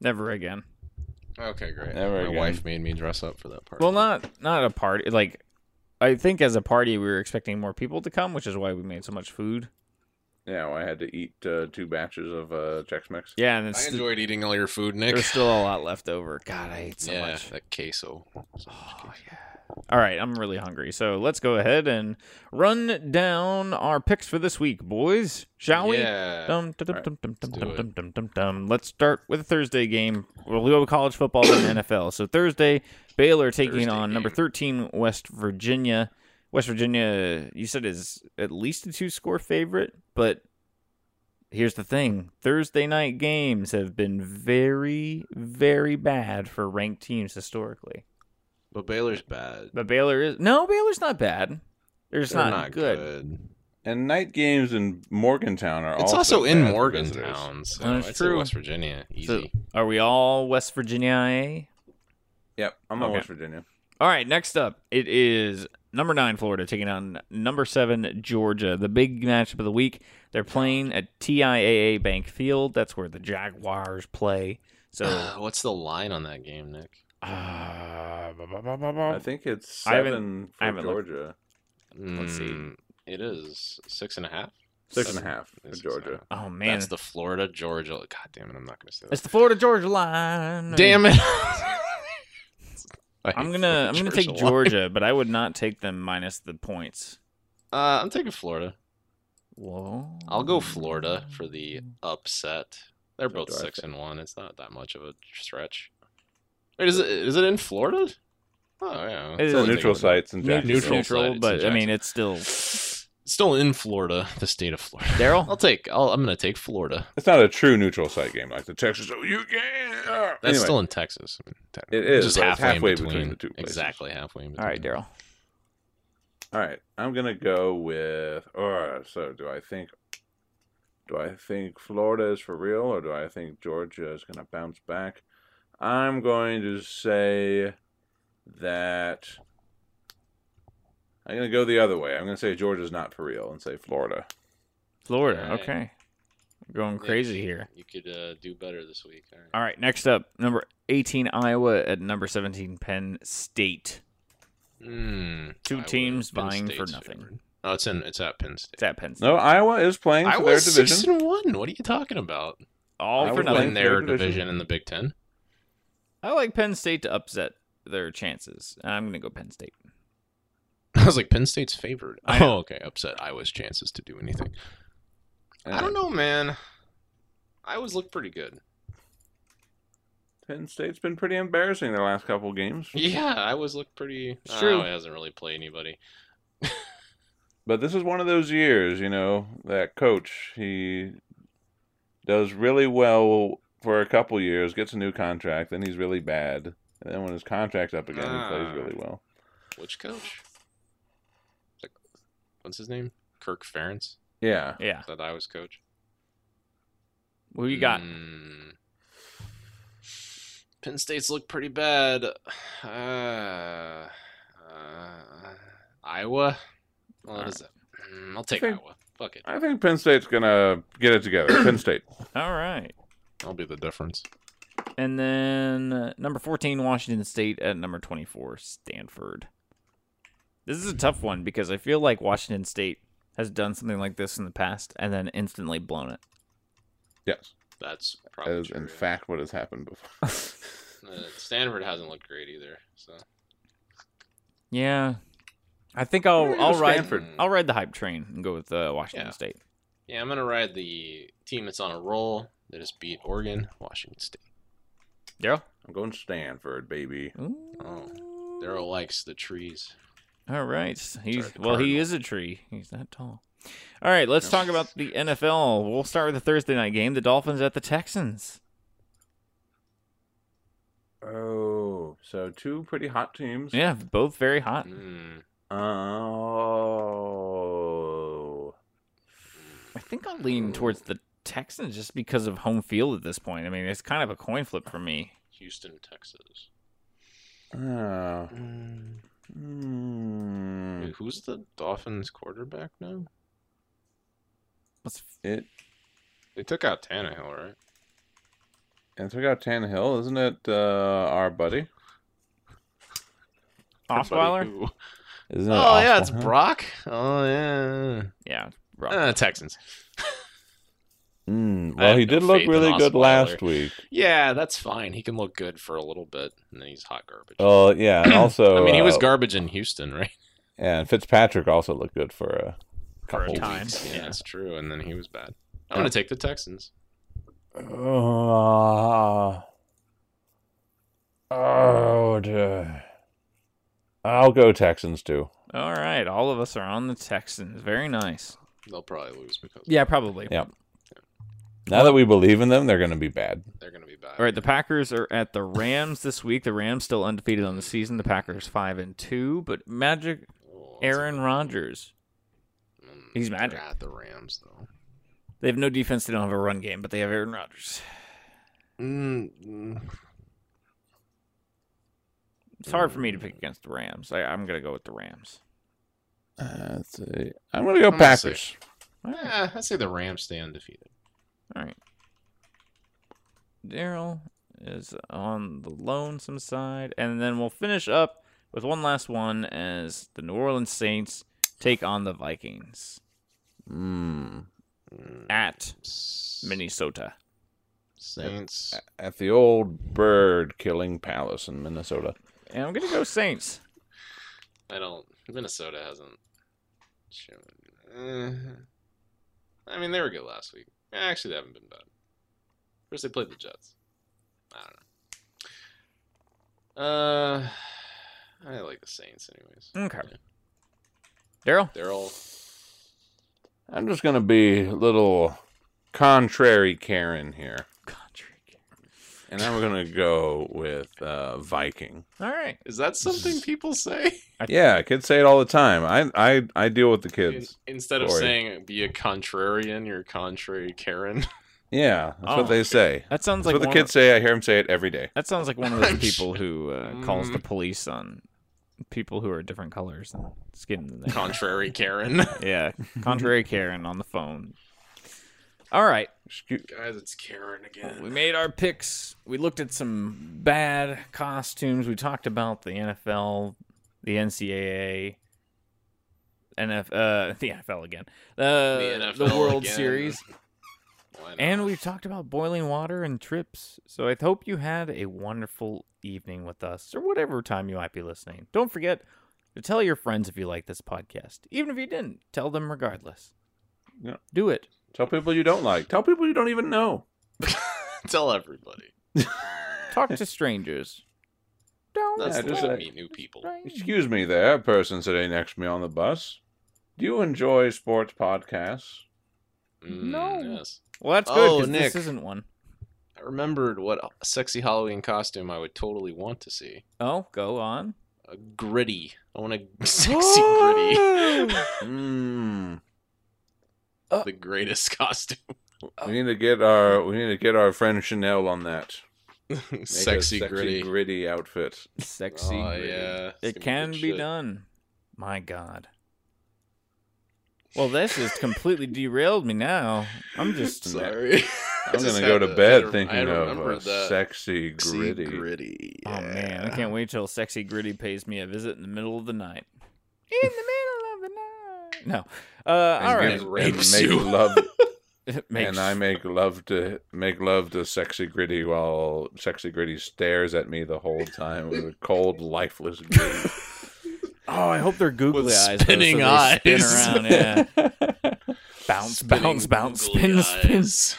Never again.
Okay, great.
Never
My
again.
wife made me dress up for that party.
Well, not not a party. Like, I think as a party, we were expecting more people to come, which is why we made so much food.
yeah, well, I had to eat uh, two batches of uh, Chex Mix.
Yeah, and
I
it's
enjoyed eating all your food, Nick. (laughs)
there's still a lot left over. God, I ate so
yeah,
much.
that queso.
Oh, yeah. All right, I'm really hungry. So let's go ahead and run down our picks for this week, boys. Shall we?
Yeah.
Dum, dum, dum,
Alright,
dum, dum, dum,
do
dum,
it.
dum, dum, dum, dum. Let's start with a Thursday game. We'll go with college football
(coughs)
and NFL. So Thursday, Baylor taking
Thursday
on number
game.
13 West Virginia. West Virginia, you said is at least a two-score favorite, but here's the thing: Thursday night games have been very, very bad for ranked teams historically.
But Baylor's bad.
But Baylor is no, Baylor's not bad. They're just
They're
not, good.
And night games in Morgantown are
It's also,
also
in
bad for visitors.
Morgantown, so
That's
it's
true.
in West Virginia.
So,
Easy.
are we all West Virginia?
Yep, I'm
Okay.
on West Virginia.
All right, next up, it is number nine Florida taking on number seven Georgia. The big matchup of the week. They're playing at TIAA Bank Field. That's where the Jaguars play. So
(sighs) What's the line on that game, Nick?
Uh,
I think it's
I haven't-
seven
I
for
haven't looked.
Georgia.
Let's see.
Mm,
It is six and a half.
Six and a
Seven.
half for
It's six and a
Georgia.
half.
oh man,
uh, That's the Florida Georgia. God damn it! I'm not gonna say
it's
that.
the Florida Georgia line.
Damn it! (laughs)
I'm gonna I'm gonna take
Georgia.
Georgia, but I would not take them minus the points.
Uh, I'm taking Florida.
Whoa.
I'll go Florida for the upset. They're
So
both
do I
six
fit-
and one. It's not that much of a stretch. Wait, is it is it in Florida? Oh yeah.
It's
So
a
neutral sites and
Neutral,
Jackson.
neutral,
Neutral site, it's in
but I mean
Jackson.
it's
(laughs)
still
Still in Florida, the state of Florida.
Daryl?
I'll take. I'll, I'm gonna take Florida.
It's not a true neutral site game like the Texas. Oh, you can.
That's
Anyway,
still in Texas. I mean, technically.
is,
just
but it's
halfway,
halfway
in
between
between.
the two places.
Exactly halfway. In between.
All right, Daryl.
all right. I'm gonna go with. Or so do I think. Do I think Florida is for real, or do I think Georgia is gonna bounce back? I'm going to say that. I'm gonna go the other way. I'm gonna say Georgia's not for real and say Florida.
Florida.
All right.
Okay. We're going
Yeah.
crazy here.
You could uh, do better this week. All right.
All right, next up, number 18 Iowa at number 17 Penn State.
Hmm.
Two
Iowa,
teams
Penn
vying for
State's
nothing.
favored. Oh, it's in. It's at Penn State.
It's at Penn State.
No, Iowa is playing for
I
their
was
division.
six and one. What are you talking about?
All
I
for
would
nothing.
like-
In their
their division.
division in the Big Ten. (laughs)
I like Penn State to upset their chances. I'm going to go Penn State.
I was like, Penn State's favored.
I know.
Oh, okay. Upset Iowa's chances to do anything.
Anyway,
I don't know, man. Iowa's looked
(laughs)
pretty good.
Penn State's been pretty embarrassing their last couple games.
Yeah, Iowa's looked pretty.
It's true.
Iowa hasn't really played anybody.
But this is one of those years, you know, that coach, he does really well for a couple years, gets a new contract, then he's really bad. And then when his contract's up again, he
Ah.
plays really well.
Which coach? It's like- What's his name? Kirk Ferentz.
Yeah.
Yeah.
Is that Iowa's coach?
Who you got?
Hmm. Penn State's looked pretty bad. Uh, uh, Iowa.
All
Well, what is that? Hmm, I'll take
think-
Iowa. Fuck it.
I think Penn State's going to get it together. (coughs) Penn State.
All right.
I'll be the difference.
And then uh, number 14, Washington State at number 24, Stanford. This is a tough one because I feel like Washington State has done something like this in the past and then instantly blown it.
Yes.
That's
That
probably
is,
true.
in fact, what has happened before. (laughs)
Uh, Stanford hasn't looked great either. So
Yeah. I think
I'm
I'll
gonna go
I'll ride
Stanford.
I'll ride the hype train and go with uh, Washington
Yeah.
State.
yeah, I'm gonna ride the team that's on a roll that has beat Oregon, Washington State.
Daryl.
I'm going Stanford, baby.
Ooh.
Oh, Daryl likes the trees.
All right. He's
the
well, he
Cardinal.
is a tree. He's that tall. All right, let's talk about the NFL. We'll start with the Thursday night game, the Dolphins at the Texans.
Oh, so two pretty hot teams.
Yeah, both very hot.
Mm,
Oh.
I think I'll lean towards the Texans just because of home field at this point. I mean, it's kind of a coin flip for me.
Houston, Texas.
Oh.
Mm.
Hmm.
Wait, who's the Dolphins quarterback now?
Let's
It
They took out Tannehill, right?
and took out Tannehill, isn't it? Uh, our buddy.
Osweiler?
Who?
Isn't it
Oh yeah, it's
Osweiler?
Brock. Oh yeah.
Yeah. Rock.
Uh, Texans.
Mm,
I
well,
have
he
no
did look
faith in
really good
Osweiler.
last week.
(clears throat) Yeah, that's fine. He can look good for a little bit, and then he's hot garbage.
Oh yeah,
(clears throat)
and also
I mean, he was
uh,
garbage in Houston, right?
yeah, and Fitzpatrick also looked good for a
For a
couple
time.
weeks.
Yeah,
Yeah.
that's true. And then he was bad. I'm
Yeah.
gonna take the Texans.
Uh, Oh, oh, dear. I'll go Texans too.
All right, all of us are on the Texans. Very nice.
They'll probably lose because
Yeah, probably.
Yeah. Now that we believe in them, they're going to be bad.
they're gonna be bad.
All right, the Packers are at the Rams this week. The Rams still undefeated on the season. The Packers 5 and 2, but Magic
Oh, that's-
Aaron Rodgers.
mm,
he's
they're
magic.
At the Rams, though.
They have no defense, they don't have a run game, but they have Aaron Rodgers.
Mm, mm.
It's hard for me to pick against the Rams. I, I'm going to go with the Rams.
Uh, let's see. I'm going to go
I'm gonna say-
Packers.
All right.
Eh, I'd say the Rams stay undefeated.
All right. Daryl, is on the lonesome side. And then we'll finish up with one last one as the New Orleans Saints take on the Vikings
Mm.
at Minnesota.
Saints.
At the old bird killing palace in Minnesota.
And I'm going to go Saints.
I don't. Minnesota hasn't shown. eh. I mean, they were good last week. Actually, they haven't been bad. First, they played the Jets. I don't know. Uh, I like the Saints, anyways.
Okay. Daryl?
They're all.
I'm just gonna be a little contrary Karen here,
Country.
and I'm (laughs) gonna go with uh, Viking.
All right.
Is that something people say?
Yeah, kids say it all the time. I I, I deal with the kids.
In- instead of
Corey.
saying be a contrarian, you're contrary Karen. (laughs)
Yeah, that's
Oh.
what they say.
That sounds
That's
like
what the
one
kids
Of,
say. I hear them say it every day.
that sounds like one of
(laughs)
those people who uh, calls the
Mm.
police on people who are different colors and skin than they are.
contrary Karen.
Yeah,
(laughs)
contrary Karen on the phone. All right,
Excuse-
(laughs) Guys, it's Karen again.
we made our picks. We looked at some bad costumes. We talked about the NFL, the NCAA, NF, uh, the NFL again, uh, the,
NFL
World
again.
Series,
Why not?
and we've talked about boiling water and trips. So I hope you had a wonderful evening with us, or whatever time you might be listening. Don't forget to tell your friends if you like this podcast, even if you didn't. Tell them regardless.
Yeah.
Do it.
Tell people you don't like. Tell people you don't even know.
(laughs) tell everybody.
Talk to strangers. (laughs) Don't
That's
Yeah,
the
just
way to
like-
meet new people.
Excuse me, there, person sitting next to me on the bus. Do you enjoy sports podcasts?
Mm,
No.
Yes.
Well, that's good
Oh,
'cause this
Nick.
isn't one.
I remembered what a sexy Halloween costume I would totally want to see.
Oh, go on.
A gritty. I want a (laughs) sexy gritty.
Mmm.
(laughs) the greatest costume.
We need to get our we need to get our friend Chanel on that.
sexy,
Make a
gritty.
gritty outfit.
(laughs) Sexy.
Oh,
gritty.
yeah. It's
It
gonna
can
good
be
shit.
done. My God. Well, this has completely derailed me now. I'm just.
(laughs) (laughs) Sorry.
I'm gonna go to bed thinking of a
that.
sexy
Sexy
gritty.
gritty.
Oh, man. I
(laughs) yeah.
can't wait till Sexy Gritty pays me a visit in the middle of the night. In the middle of the night. No. Uh,
And
all
get-
right.
And
and
rapes
make
you.
(laughs) love
(laughs) It makes-
and I make love to make love to sexy gritty while sexy gritty stares at me the whole time with a cold, lifeless gaze.
Oh, I hope they're googly
With
eyes. though,
spinning
so they
eyes.
Spin around, yeah. bounce,
Spinning
bounce, bounce,
googly
spin, spin,
eyes.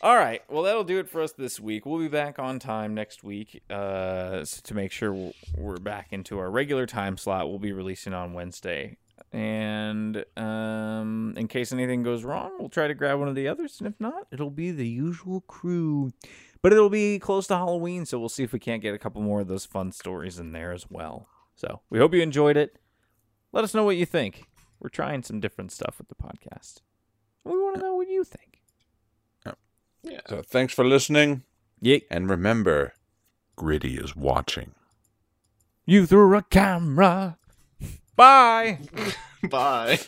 All right. Well, that'll do it for us this week. We'll be back on time next week uh, s- to make sure we're- we're back into our regular time slot. We'll be releasing on Wednesday. And um, in case anything goes wrong, we'll try to grab one of the others. And if not, it'll be the usual crew. But it'll be close to Halloween, so we'll see if we can't get a couple more of those fun stories in there as well. So we hope you enjoyed it. Let us know what you think. We're trying some different stuff with the podcast. We want to know what you think.
Yeah.
(laughs) So thanks for listening,
Yeah.
and remember, gritty is watching.
You threw a camera. Bye.
(laughs) Bye.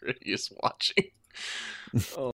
Gritty is watching.